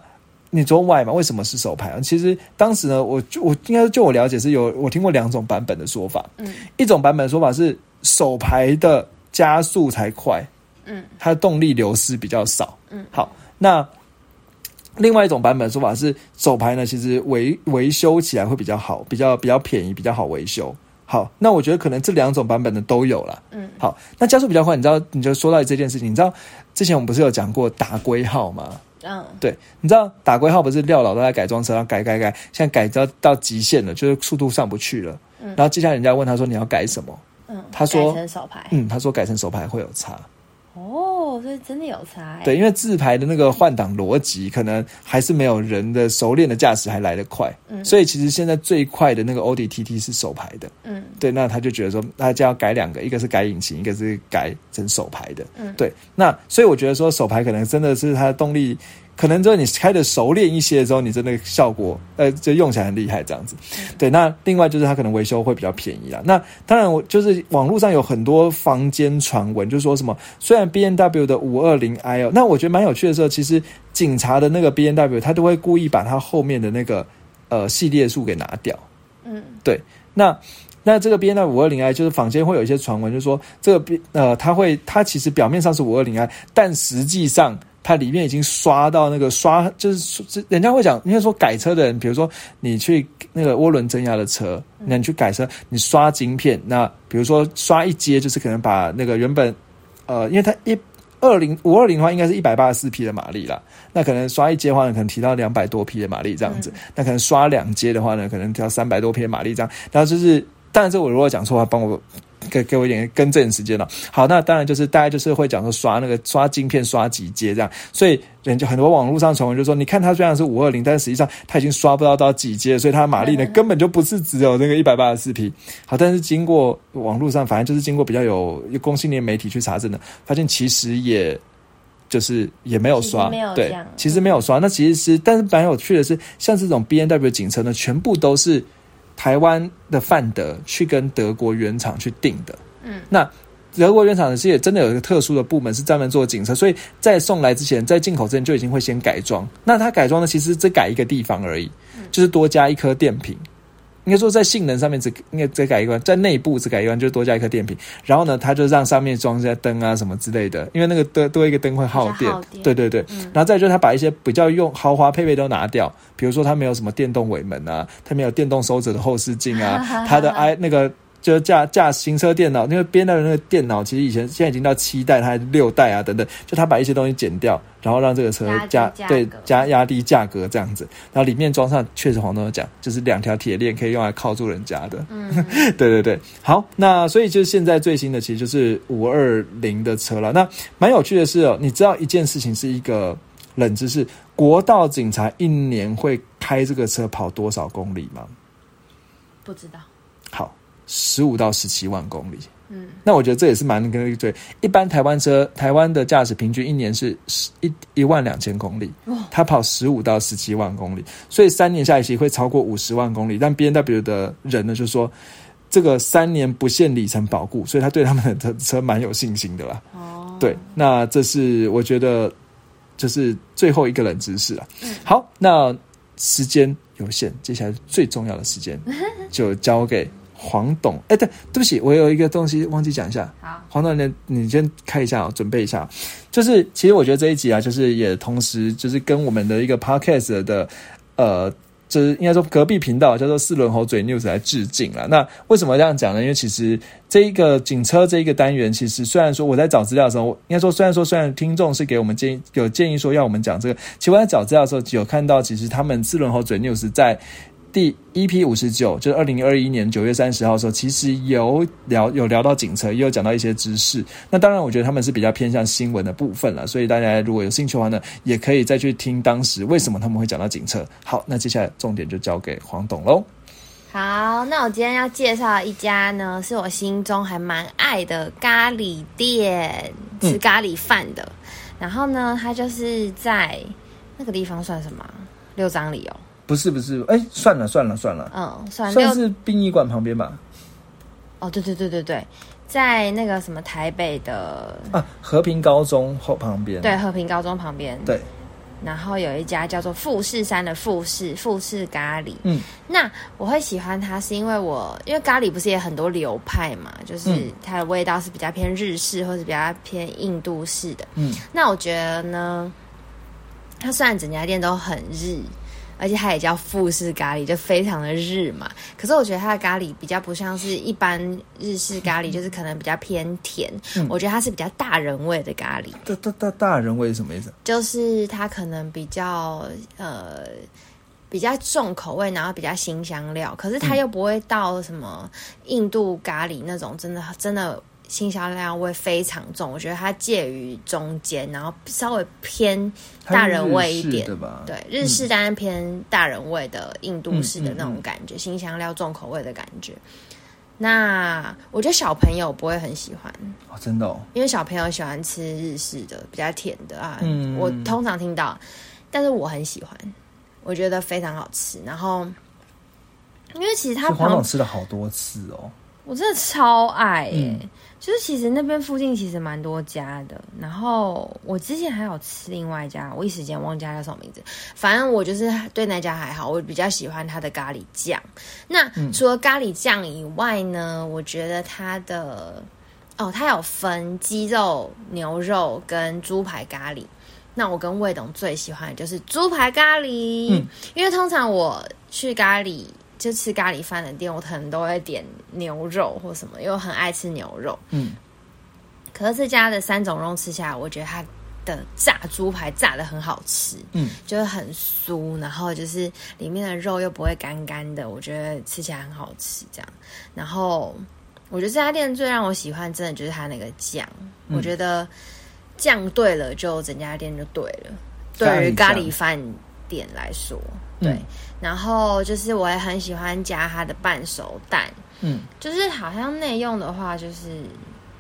Speaker 1: 你说 why 嘛？为什么是手排？其实当时呢，我我应该就我了解是有我听过两种版本的说法，
Speaker 3: 嗯
Speaker 1: 一种版本的说法是手排的加速才快，
Speaker 3: 嗯，
Speaker 1: 它的动力流失比较少，
Speaker 3: 嗯，
Speaker 1: 好，那另外一种版本的说法是，手牌呢其实维维修起来会比较好，比较比较便宜，比较好维修。好，那我觉得可能这两种版本的都有了。
Speaker 3: 嗯，
Speaker 1: 好，那加速比较快，你知道，你就说到这件事情，你知道之前我们不是有讲过打龟号吗？
Speaker 3: 嗯，
Speaker 1: 对，你知道打龟号不是廖老大在改装车，然后改改改，现在改到到极限了，就是速度上不去了。然后接下来人家问他说你要改什么？
Speaker 3: 嗯，
Speaker 1: 他说
Speaker 3: 改成手
Speaker 2: 哎
Speaker 3: 牌，
Speaker 1: 嗯，他说改成手牌会有差。
Speaker 3: 哦，所以真的有差
Speaker 2: 哎
Speaker 3: 欸，
Speaker 1: 对，因为自排的那个换挡逻辑，可能还是没有人的熟练的驾驶还来得快。所以其实现在最快的那个 OD TT 是手排的。
Speaker 3: 嗯，
Speaker 1: 对，那他就觉得说，他就要改两个，一个是改引擎，一个是改成手排的。
Speaker 3: 嗯
Speaker 1: 对，那所以我觉得说手排可能真的是它的动力，可能就是你开的熟练一些之后，你真的效果呃就用起来很厉害这样子。对，那另外就是它可能维修会比较便宜啦。那当然，我就是网络上有很多坊间传闻，就说什么虽然 B N W 的五二零 I 哦，那我觉得蛮有趣的时候，其实警察的那个 B N W 他都会故意把它后面的那个呃系列数给拿掉。
Speaker 3: 嗯
Speaker 1: 那那这个 B N W 五二零 I 就是坊间会有一些传闻，就是说这个 B 呃，它会它其实表面上是五二零 I，但实际上它里面已经刷到那个刷，就是说这人家会讲，应该说改车的人，比如说你去那个涡轮增压的车，那你去改车，你刷晶片，那比如说刷一阶，就是可能把那个原本呃，因为它一。二零五二零的话，应该是一百八十四匹的马力啦。那可能刷一阶的话呢，可能提到两百多匹的马力这样子。那可能刷两阶的话呢，可能提到三百多匹的马力这样。然后就是，当然这我如果讲错的话，帮我给给我一点更正时间了。好，那当然就是大概就是会讲说刷那个刷晶片刷几阶这样，所以人家很多网络上传闻就说，你看它虽然是五二零，但实际上它已经刷不到到几阶了，所以它的马力呢根本就不是只有那个一百八十四匹。好，但是经过网络上，反正就是经过比较有有公信力的媒体去查证的，发现其实也。就是也没有
Speaker 3: 其
Speaker 1: 刷
Speaker 3: 实没有，这
Speaker 1: 对
Speaker 3: 样，嗯
Speaker 1: 其实没有刷。那其实是，但是蛮有趣的是，像这种 B N W 警车呢，全部都是台湾的范德去跟德国原厂去定的。
Speaker 3: 嗯，
Speaker 1: 那德国原厂是也真的有一个特殊的部门是专门做警车，所以在送来之前，在进口之前就已经会先改装。那它改装呢，其实只改一个地方而已，就是多加一颗电瓶。应该说在性能上面只应该只改一关，在内部只改一关，就是多加一颗电瓶。然后呢，它就让上面装一些灯啊什么之类的，因为那个多多一个灯会耗
Speaker 3: 比
Speaker 1: 电
Speaker 3: 较耗。电
Speaker 1: 对对对，
Speaker 3: 嗯
Speaker 1: 然后再就是它把一些比较用豪华配备都拿掉，比如说它没有什么电动尾门啊，它没有电动收折的后视镜 啊，它的 i 那个。就是驾驾行车电脑，因为边的那个电脑其实以前现在已经到七代，它还是六代啊等等，就它把一些东西减掉，然后让这个车
Speaker 3: 压低
Speaker 1: 加
Speaker 3: 价
Speaker 1: 对
Speaker 3: 格
Speaker 1: 加压低价格这样子，然后里面装上确实黄东有讲，就是两条铁链可以用来铐住人家的，
Speaker 3: 嗯，
Speaker 1: 对对对，好，那所以就是现在最新的其实就是五二零的车了。那蛮有趣的是哦，你知道一件事情是一个冷知识，国道警察一年会开这个车跑多少公里吗？
Speaker 3: 不知道，
Speaker 1: 好，十五到十七万公里。
Speaker 3: 嗯
Speaker 1: 那我觉得这也是蛮跟对。一般台湾车，台湾的驾驶平均一年是十一一万两千公里，它跑十五到十七万公里，所以三年下来其实会超过五十万公里。但 B N W 的人呢，就说这个三年不限里程保固，所以他对他们的车蛮有信心的啦。
Speaker 3: 哦，
Speaker 1: 对，那这是我觉得就是最后一个冷知识了。
Speaker 3: 嗯
Speaker 1: 好，那时间有限，接下来最重要的时间就交给黄董。哎、对，对不起，我有一个东西忘记讲一下。
Speaker 3: 好，
Speaker 1: 黄董，你你先看一下、哦，准备一下。就是其实我觉得这一集啊，就是也同时就是跟我们的一个 podcast 的呃。就是应该说隔壁频道叫做四轮猴嘴 news 来致敬啦。那为什么这样讲呢？因为其实这一个警车这一个单元，其实虽然说我在找资料的时候，我应该说虽然说虽然听众是给我们建议有建议说要我们讲这个，其实我在找资料的时候有看到，其实他们四轮猴嘴 news 在第 EP 五十九，就是二零二一年九月三十号的时候，其实有聊有聊到警车，也有讲到一些知识。那当然，我觉得他们是比较偏向新闻的部分了，所以大家如果有兴趣的话呢，也可以再去听当时为什么他们会讲到警车。好，那接下来重点就交给黄董喽。
Speaker 2: 好，那我今天要介绍一家呢，是我心中还蛮爱的咖喱店，
Speaker 1: 嗯
Speaker 2: 吃咖喱饭的。然后呢，它就是在那个地方算什么啊？六张里哦，
Speaker 1: 不是不是，哎、算了算了算了，
Speaker 2: 嗯，算
Speaker 1: 算
Speaker 2: 六
Speaker 1: 是殡仪馆旁边吧？
Speaker 2: 哦，对对对对对，在那个什么台北的
Speaker 1: 啊，和平高中后旁边。
Speaker 2: 对和平高中旁边，
Speaker 1: 对，
Speaker 2: 然后有一家叫做富士山的富士富士咖喱，
Speaker 1: 嗯，
Speaker 2: 那我会喜欢它是因为我因为咖喱不是也很多流派嘛，就是
Speaker 1: 嗯
Speaker 2: 它的味道是比较偏日式或是比较偏印度式的，
Speaker 1: 嗯
Speaker 2: 那我觉得呢，它虽然整家店都很日，而且它也叫富士咖喱，就非常的日嘛。可是我觉得它的咖喱比较不像是一般日式咖
Speaker 1: 嗯
Speaker 2: 喱，就是可能比较偏甜。我觉得它是比较大人味的咖喱，
Speaker 1: 大大大大人味是什么意思？
Speaker 2: 就是它可能比较呃比较重口味，然后比较新香料，可是它又不会到什么印度咖喱那种，真的真的新香料味非常重。我觉得它介于中间，然后稍微偏
Speaker 1: 它是
Speaker 2: 大人味一
Speaker 1: 日式
Speaker 2: 点
Speaker 1: 的。吧？
Speaker 2: 对，日式当然偏大人味的印度式的
Speaker 1: 嗯嗯
Speaker 2: 那种感觉，新香料重口味的感觉。那我觉得小朋友不会很喜欢，
Speaker 1: 哦，真的哦，
Speaker 2: 因为小朋友喜欢吃日式的，比较甜的啊。
Speaker 1: 嗯
Speaker 2: 我通常听到，但是我很喜欢，我觉得非常好吃。然后，因为其实它
Speaker 1: 这黄
Speaker 2: 旁
Speaker 1: 董吃了好多次哦。
Speaker 2: 我真的超爱耶、
Speaker 1: 嗯
Speaker 2: 就是其实那边附近其实蛮多家的，然后我之前还有吃另外一家，我一时间忘记它叫什么名字。反正我就是对那家还好，我比较喜欢它的咖喱酱。那、除了咖喱酱以外呢，我觉得它的哦，它有分鸡肉、牛肉跟猪排咖喱。那我跟魏董最喜欢的就是猪排咖喱，
Speaker 1: 嗯
Speaker 2: 因为通常我去咖喱就吃咖喱饭的店，我可能都会点牛肉或什么，因为我很爱吃牛肉。
Speaker 1: 嗯，
Speaker 2: 可是这家的三种肉吃下来，我觉得它的炸猪排炸的很好吃，
Speaker 1: 嗯，
Speaker 2: 就是很酥，然后就是里面的肉又不会干干的，我觉得吃起来很好吃。这样，然后我觉得这家店最让我喜欢，真的就是它那个酱，我觉得酱对了，就整家店就对了。对于
Speaker 1: 咖
Speaker 2: 咖喱
Speaker 1: 喱
Speaker 2: 饭店来说，
Speaker 1: 嗯
Speaker 2: 对，然后就是我也很喜欢加它的半熟蛋，
Speaker 1: 嗯，
Speaker 2: 就是好像内用的话，就是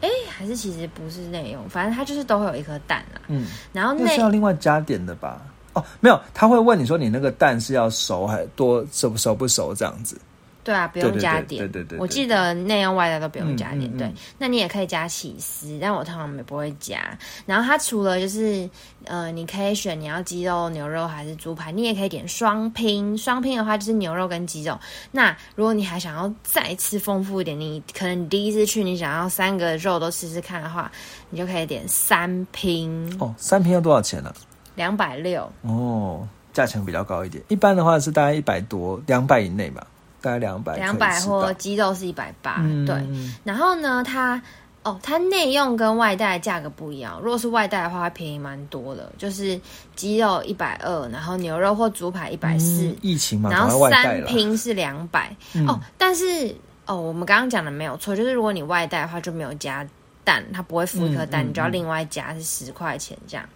Speaker 2: 哎、还是其实不是内用，反正它就是都会有一颗蛋啦。
Speaker 1: 嗯，
Speaker 2: 然后
Speaker 1: 那
Speaker 2: 内
Speaker 1: 是要另外加点的吧？哦，没有，他会问你说你那个蛋是要熟还多熟不熟不熟这样子。
Speaker 2: 对啊，不
Speaker 1: 对
Speaker 2: 用
Speaker 1: 对
Speaker 2: 加
Speaker 1: 对
Speaker 2: 点。
Speaker 1: 对对对
Speaker 2: 我
Speaker 1: 对
Speaker 2: 记得内用外带都不用
Speaker 1: 嗯
Speaker 2: 加点。
Speaker 1: 嗯嗯
Speaker 2: 对，那你也可以加起司，但我通常也不会加。然后它除了就是呃，你可以选你要鸡肉、牛肉还是猪排，你也可以点双拼。双拼的话就是牛肉跟鸡肉。那如果你还想要再吃丰富一点，你可能你第一次去你想要三个肉都吃吃看的话，你就可以点三拼，
Speaker 1: 哦，三瓶要多少钱呢、
Speaker 2: 两百六。
Speaker 1: 哦，价钱比较高一点，一般的话是大概一百多，两百以内嘛，大概两百，
Speaker 2: 两百或鸡肉是一百八，
Speaker 1: 嗯
Speaker 2: 对。然后呢，它哦，它内用跟外带的价格不一样。如果是外带的话，它便宜蛮多的，就是鸡肉一百二，然后牛肉或猪排一百四
Speaker 1: 嗯，疫情嘛，
Speaker 2: 然
Speaker 1: 赶快
Speaker 2: 后
Speaker 1: 外带
Speaker 2: 三
Speaker 1: 了。
Speaker 2: 拼是两百、
Speaker 1: 嗯
Speaker 2: 哦，但是哦，我们刚刚讲的没有错，就是如果你外带的话就没有加蛋，它不会付一颗蛋，
Speaker 1: 嗯嗯
Speaker 2: 你就要
Speaker 1: 嗯
Speaker 2: 另外加是十块钱这样。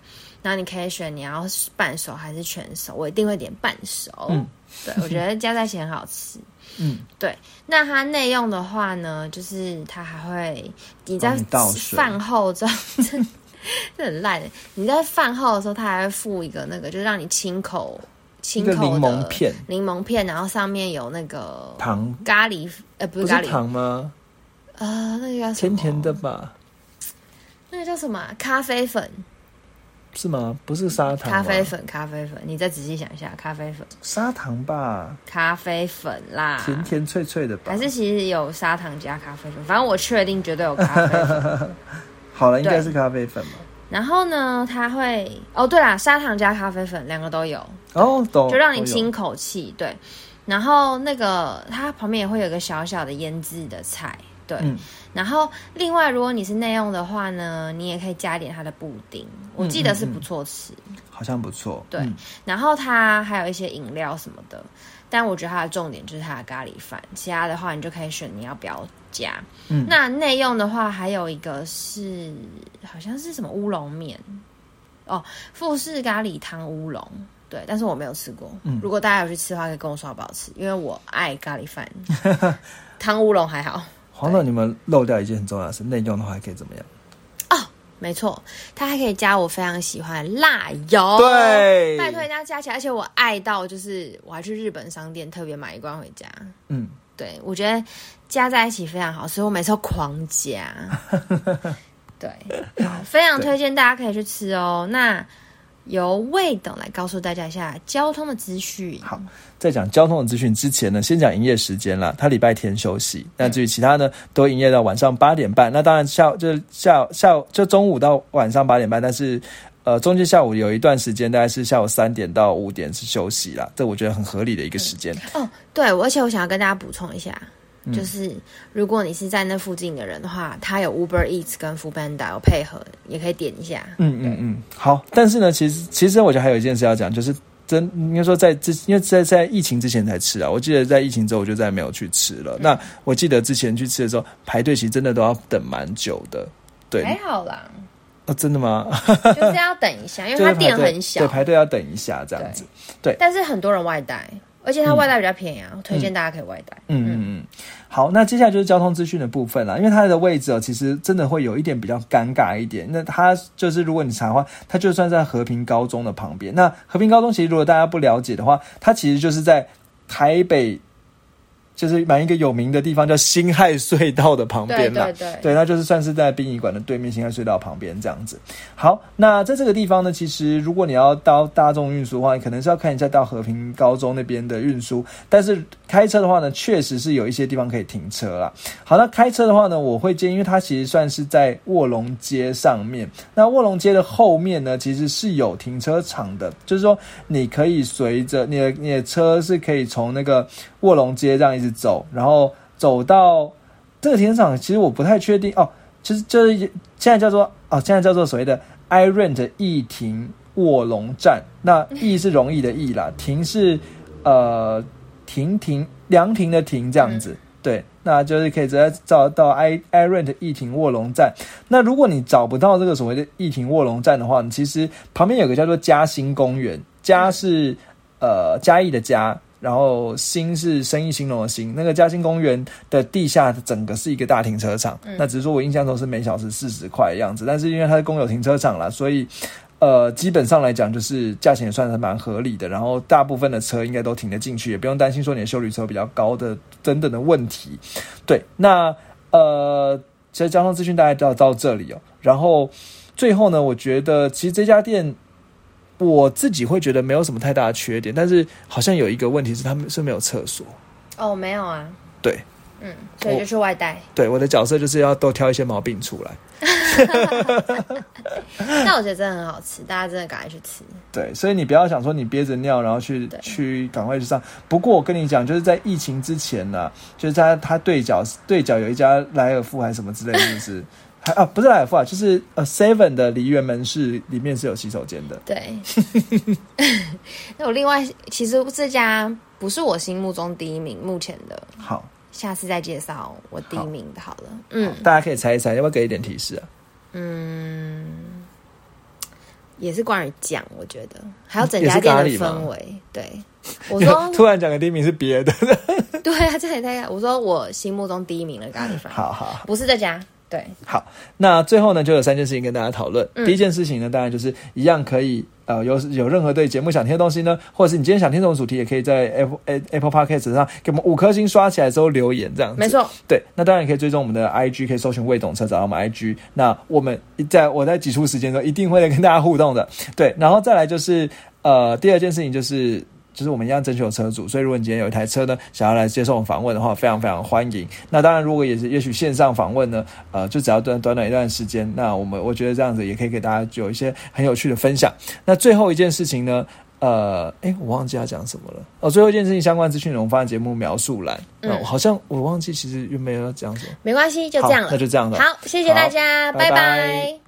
Speaker 2: 然后你可以选你要半熟还是全熟，我一定会点半熟。
Speaker 1: 嗯
Speaker 2: 对，我觉得加在一起很好吃。
Speaker 1: 嗯，
Speaker 2: 对。那它内用的话呢，就是它还会你在
Speaker 1: 帮你倒水
Speaker 2: 饭后之后，这这很烂欸。你在饭后的时候，它还会附一个那个，就让你亲口亲
Speaker 1: 一个
Speaker 2: 口
Speaker 1: 柠
Speaker 2: 的
Speaker 1: 檬片
Speaker 2: 柠檬片，然后上面有那个
Speaker 1: 糖
Speaker 2: 咖喱，呃，不
Speaker 1: 不
Speaker 2: 是
Speaker 1: 是
Speaker 2: 咖喱，
Speaker 1: 糖吗？
Speaker 2: 呃，那个叫什
Speaker 1: 甜
Speaker 2: 么？
Speaker 1: 甜的，吧？
Speaker 2: 那个叫什么啊？咖啡粉，
Speaker 1: 是吗？不是砂糖，啊
Speaker 2: 咖啡，粉，咖啡粉。你再仔细想一下，咖啡粉，啊
Speaker 1: 砂糖吧，
Speaker 2: 咖啡粉啦，
Speaker 1: 甜甜脆脆的吧？
Speaker 2: 还是其实有砂糖加咖啡粉，反正我确定绝对有咖啡粉。
Speaker 1: 好了，应该
Speaker 2: 对
Speaker 1: 是咖啡粉吧？
Speaker 2: 然后呢，它会哦，对啦，砂糖加咖啡粉两个都有，
Speaker 1: 哦，懂，
Speaker 2: 就让你
Speaker 1: 都有
Speaker 2: 清口气。对，然后那个它旁边也会有一个小小的腌制的菜，对。
Speaker 1: 嗯
Speaker 2: 然后另外，如果你是内用的话呢，你也可以加点它的布丁，我记得是不错吃。
Speaker 1: 好像不错。
Speaker 2: 对
Speaker 1: 嗯
Speaker 2: 然后它还有一些饮料什么的，但我觉得它的重点就是它的咖喱饭，其他的话你就可以选你要不要加。
Speaker 1: 嗯
Speaker 2: 那内用的话，还有一个是好像是什么乌龙面哦，富士咖喱汤乌龙。对，但是我没有吃过。
Speaker 1: 嗯
Speaker 2: 如果大家有去吃的话，可以跟我说好不好吃，因为我爱咖喱 饭。汤乌龙还好，
Speaker 1: 黄总，你们漏掉一件很重要的事，内用的话还可以怎么样？
Speaker 2: 没错，它还可以加我非常喜欢的辣油。
Speaker 1: 对
Speaker 2: 哦拜托人家加起来，而且我爱到就是我还去日本商店特别买一罐回家。
Speaker 1: 嗯，
Speaker 2: 对，我觉得加在一起非常好，所以我每次都狂加。 对，好，非常推荐大家可以去吃哦。那由魏董来告诉大家一下交通的资讯。
Speaker 1: 好在讲交通的资讯之前呢，先讲营业时间啦。他礼拜天休息，那至于其他呢，都营业到晚上八点半。那当然下午就是下午下午就中午到晚上八点半，但是呃，中间下午有一段时间，大概是下午三点到五点是休息啦，这我觉得很合理的一个时间。
Speaker 2: 哦，对，我而且我想要跟大家补充一下，
Speaker 1: 嗯
Speaker 2: 就是如果你是在那附近的人的话，他有 Uber Eats 跟 f o o Panda 有配合，也可以点一下。
Speaker 1: 嗯嗯嗯，好。但是呢，其实其实我觉得还有一件事要讲，就是真应该说在之，因为在在疫情之前才吃啊。我记得在疫情之后，我就再也没有去吃
Speaker 2: 嗯
Speaker 1: 了。那我记得之前去吃的时候，排队其实真的都要等蛮久的。对，
Speaker 3: 还好啦，
Speaker 1: 哦，真的吗？
Speaker 2: 就是要等一下，因为
Speaker 1: 就
Speaker 2: 它
Speaker 1: 是排
Speaker 2: 店
Speaker 1: 队
Speaker 2: 很 小
Speaker 1: 对，，排队要等一下这样子。
Speaker 2: 但是很多人外带，而且它外带比较便宜啊，我推荐大家可以外带。
Speaker 1: 嗯嗯嗯，好，那接下来就是交通资讯的部分啦，因为它的位置哦，其实真的会有一点比较尴尬一点。那它就是如果你查的话，它就算在和平高中的旁边。那和平高中其实如果大家不了解的话，它其实就是在台北，就是蛮一个有名的地方叫辛亥隧道的旁
Speaker 3: 对
Speaker 1: 边啦
Speaker 3: 对。对，
Speaker 1: 对，那就是算是在殡仪馆的对面辛亥隧道旁边这样子。好，那在这个地方呢，其实如果你要到大众运输的话，你可能是要看一下到和平高中那边的运输，但是开车的话呢，确实是有一些地方可以停车啦。好，那开车的话呢，我会建议，因为它其实算是在卧龙街上面。那卧龙街的后面呢，其实是有停车场的，就是说你可以随着你的你的车是可以从那个卧龙街这样一直走，然后走到这个停车场，其实我不太确定哦，就是就是现在叫做哦，现在叫做所谓的 i rent 易停卧龙站，那易是容易的易啦，停是呃停停凉亭的停这样子。对，那就是可以直接找到 i i rent 易停卧龙站。那如果你找不到这个所谓的易停卧龙站的话，你其实旁边有个叫做嘉兴公园，嘉是呃嘉义的嘉，然后兴是生意兴隆的兴。那个嘉兴公园的地下整个是一个大停车场，那只是说我印象中是每小时四十块的样子，但是因为它是公有停车场啦，所以。呃，基本上来讲，就是价钱也算是蛮合理的，然后大部分的车应该都停得进去，也不用担心说你的修理车比较高的等等的问题。对，那呃，其实交通资讯大概到到这里哦。然后最后呢，我觉得其实这家店我自己会觉得没有什么太大的缺点，但是好像有一个问题是他们是没有厕所。
Speaker 2: 哦，没有啊，
Speaker 1: 对，
Speaker 2: 嗯，所以就去 外带。
Speaker 1: 对，我的角色就是要多挑一些毛病出来。
Speaker 2: 但我觉得真的很好吃，大家真的赶快去吃。
Speaker 1: 对，所以你不要想说你憋着尿，然后去
Speaker 2: 对
Speaker 1: 去赶快去上。不过我跟你讲，就是在疫情之前呢、就是他他对角对角有一家莱尔富还是什么之类的，是不是？还啊，不是莱尔富啊，就是呃 Seven 的梨园门市里面是有洗手间的。
Speaker 2: 对， 那我另外其实这家不是我心目中第一名，目前的，
Speaker 1: 好，
Speaker 2: 下次再介绍我第一名的好了。嗯
Speaker 1: 大家可以猜一猜，要不要给一点提示啊？
Speaker 2: 嗯，也是关于酱，我觉得还有整
Speaker 1: 也
Speaker 2: 家
Speaker 1: 是
Speaker 2: 店
Speaker 1: 咖
Speaker 2: 的
Speaker 1: 喱吗
Speaker 2: 氛围。 对，我说
Speaker 1: 突然讲个第一名是别的，
Speaker 2: 对啊，这也太我说我心目中第一名的咖喱饭，
Speaker 1: 好好
Speaker 2: 不是这家。对，
Speaker 1: 好，那最后呢，就有三件事情跟大家讨论。
Speaker 2: 嗯
Speaker 1: 第一件事情呢，当然就是一样可以。呃，有有任何对节目想听的东西呢，或者是你今天想听什么主题，也可以在 Apple A- Apple Podcast 上给我们五颗星刷起来之后留言，这样子。
Speaker 2: 没错，
Speaker 1: 对，那当然也可以追踪我们的 IG，可以搜寻魏董车找到我们 IG。那我们在我在挤出时间的时候，一定会来跟大家互动的。对，然后再来就是呃，第二件事情就是。就是我们一样征求车主，所以如果你今天有一台车呢，想要来接受我们访问的话，非常非常欢迎。那当然，如果也是也许线上访问呢，呃，就只要短短短一段时间，那我们我觉得这样子也可以给大家有一些很有趣的分享。那最后一件事情呢，呃，诶，我忘记要讲什么了。哦，最后一件事情相关资讯呢，我们放在节目描述栏。嗯，
Speaker 2: 嗯
Speaker 1: 好像我忘记其实原本要讲什么。
Speaker 2: 没关系，就
Speaker 1: 好
Speaker 2: 这样了
Speaker 1: 那。就这样了。
Speaker 2: 好，谢谢大家，
Speaker 1: 好拜拜
Speaker 2: 拜拜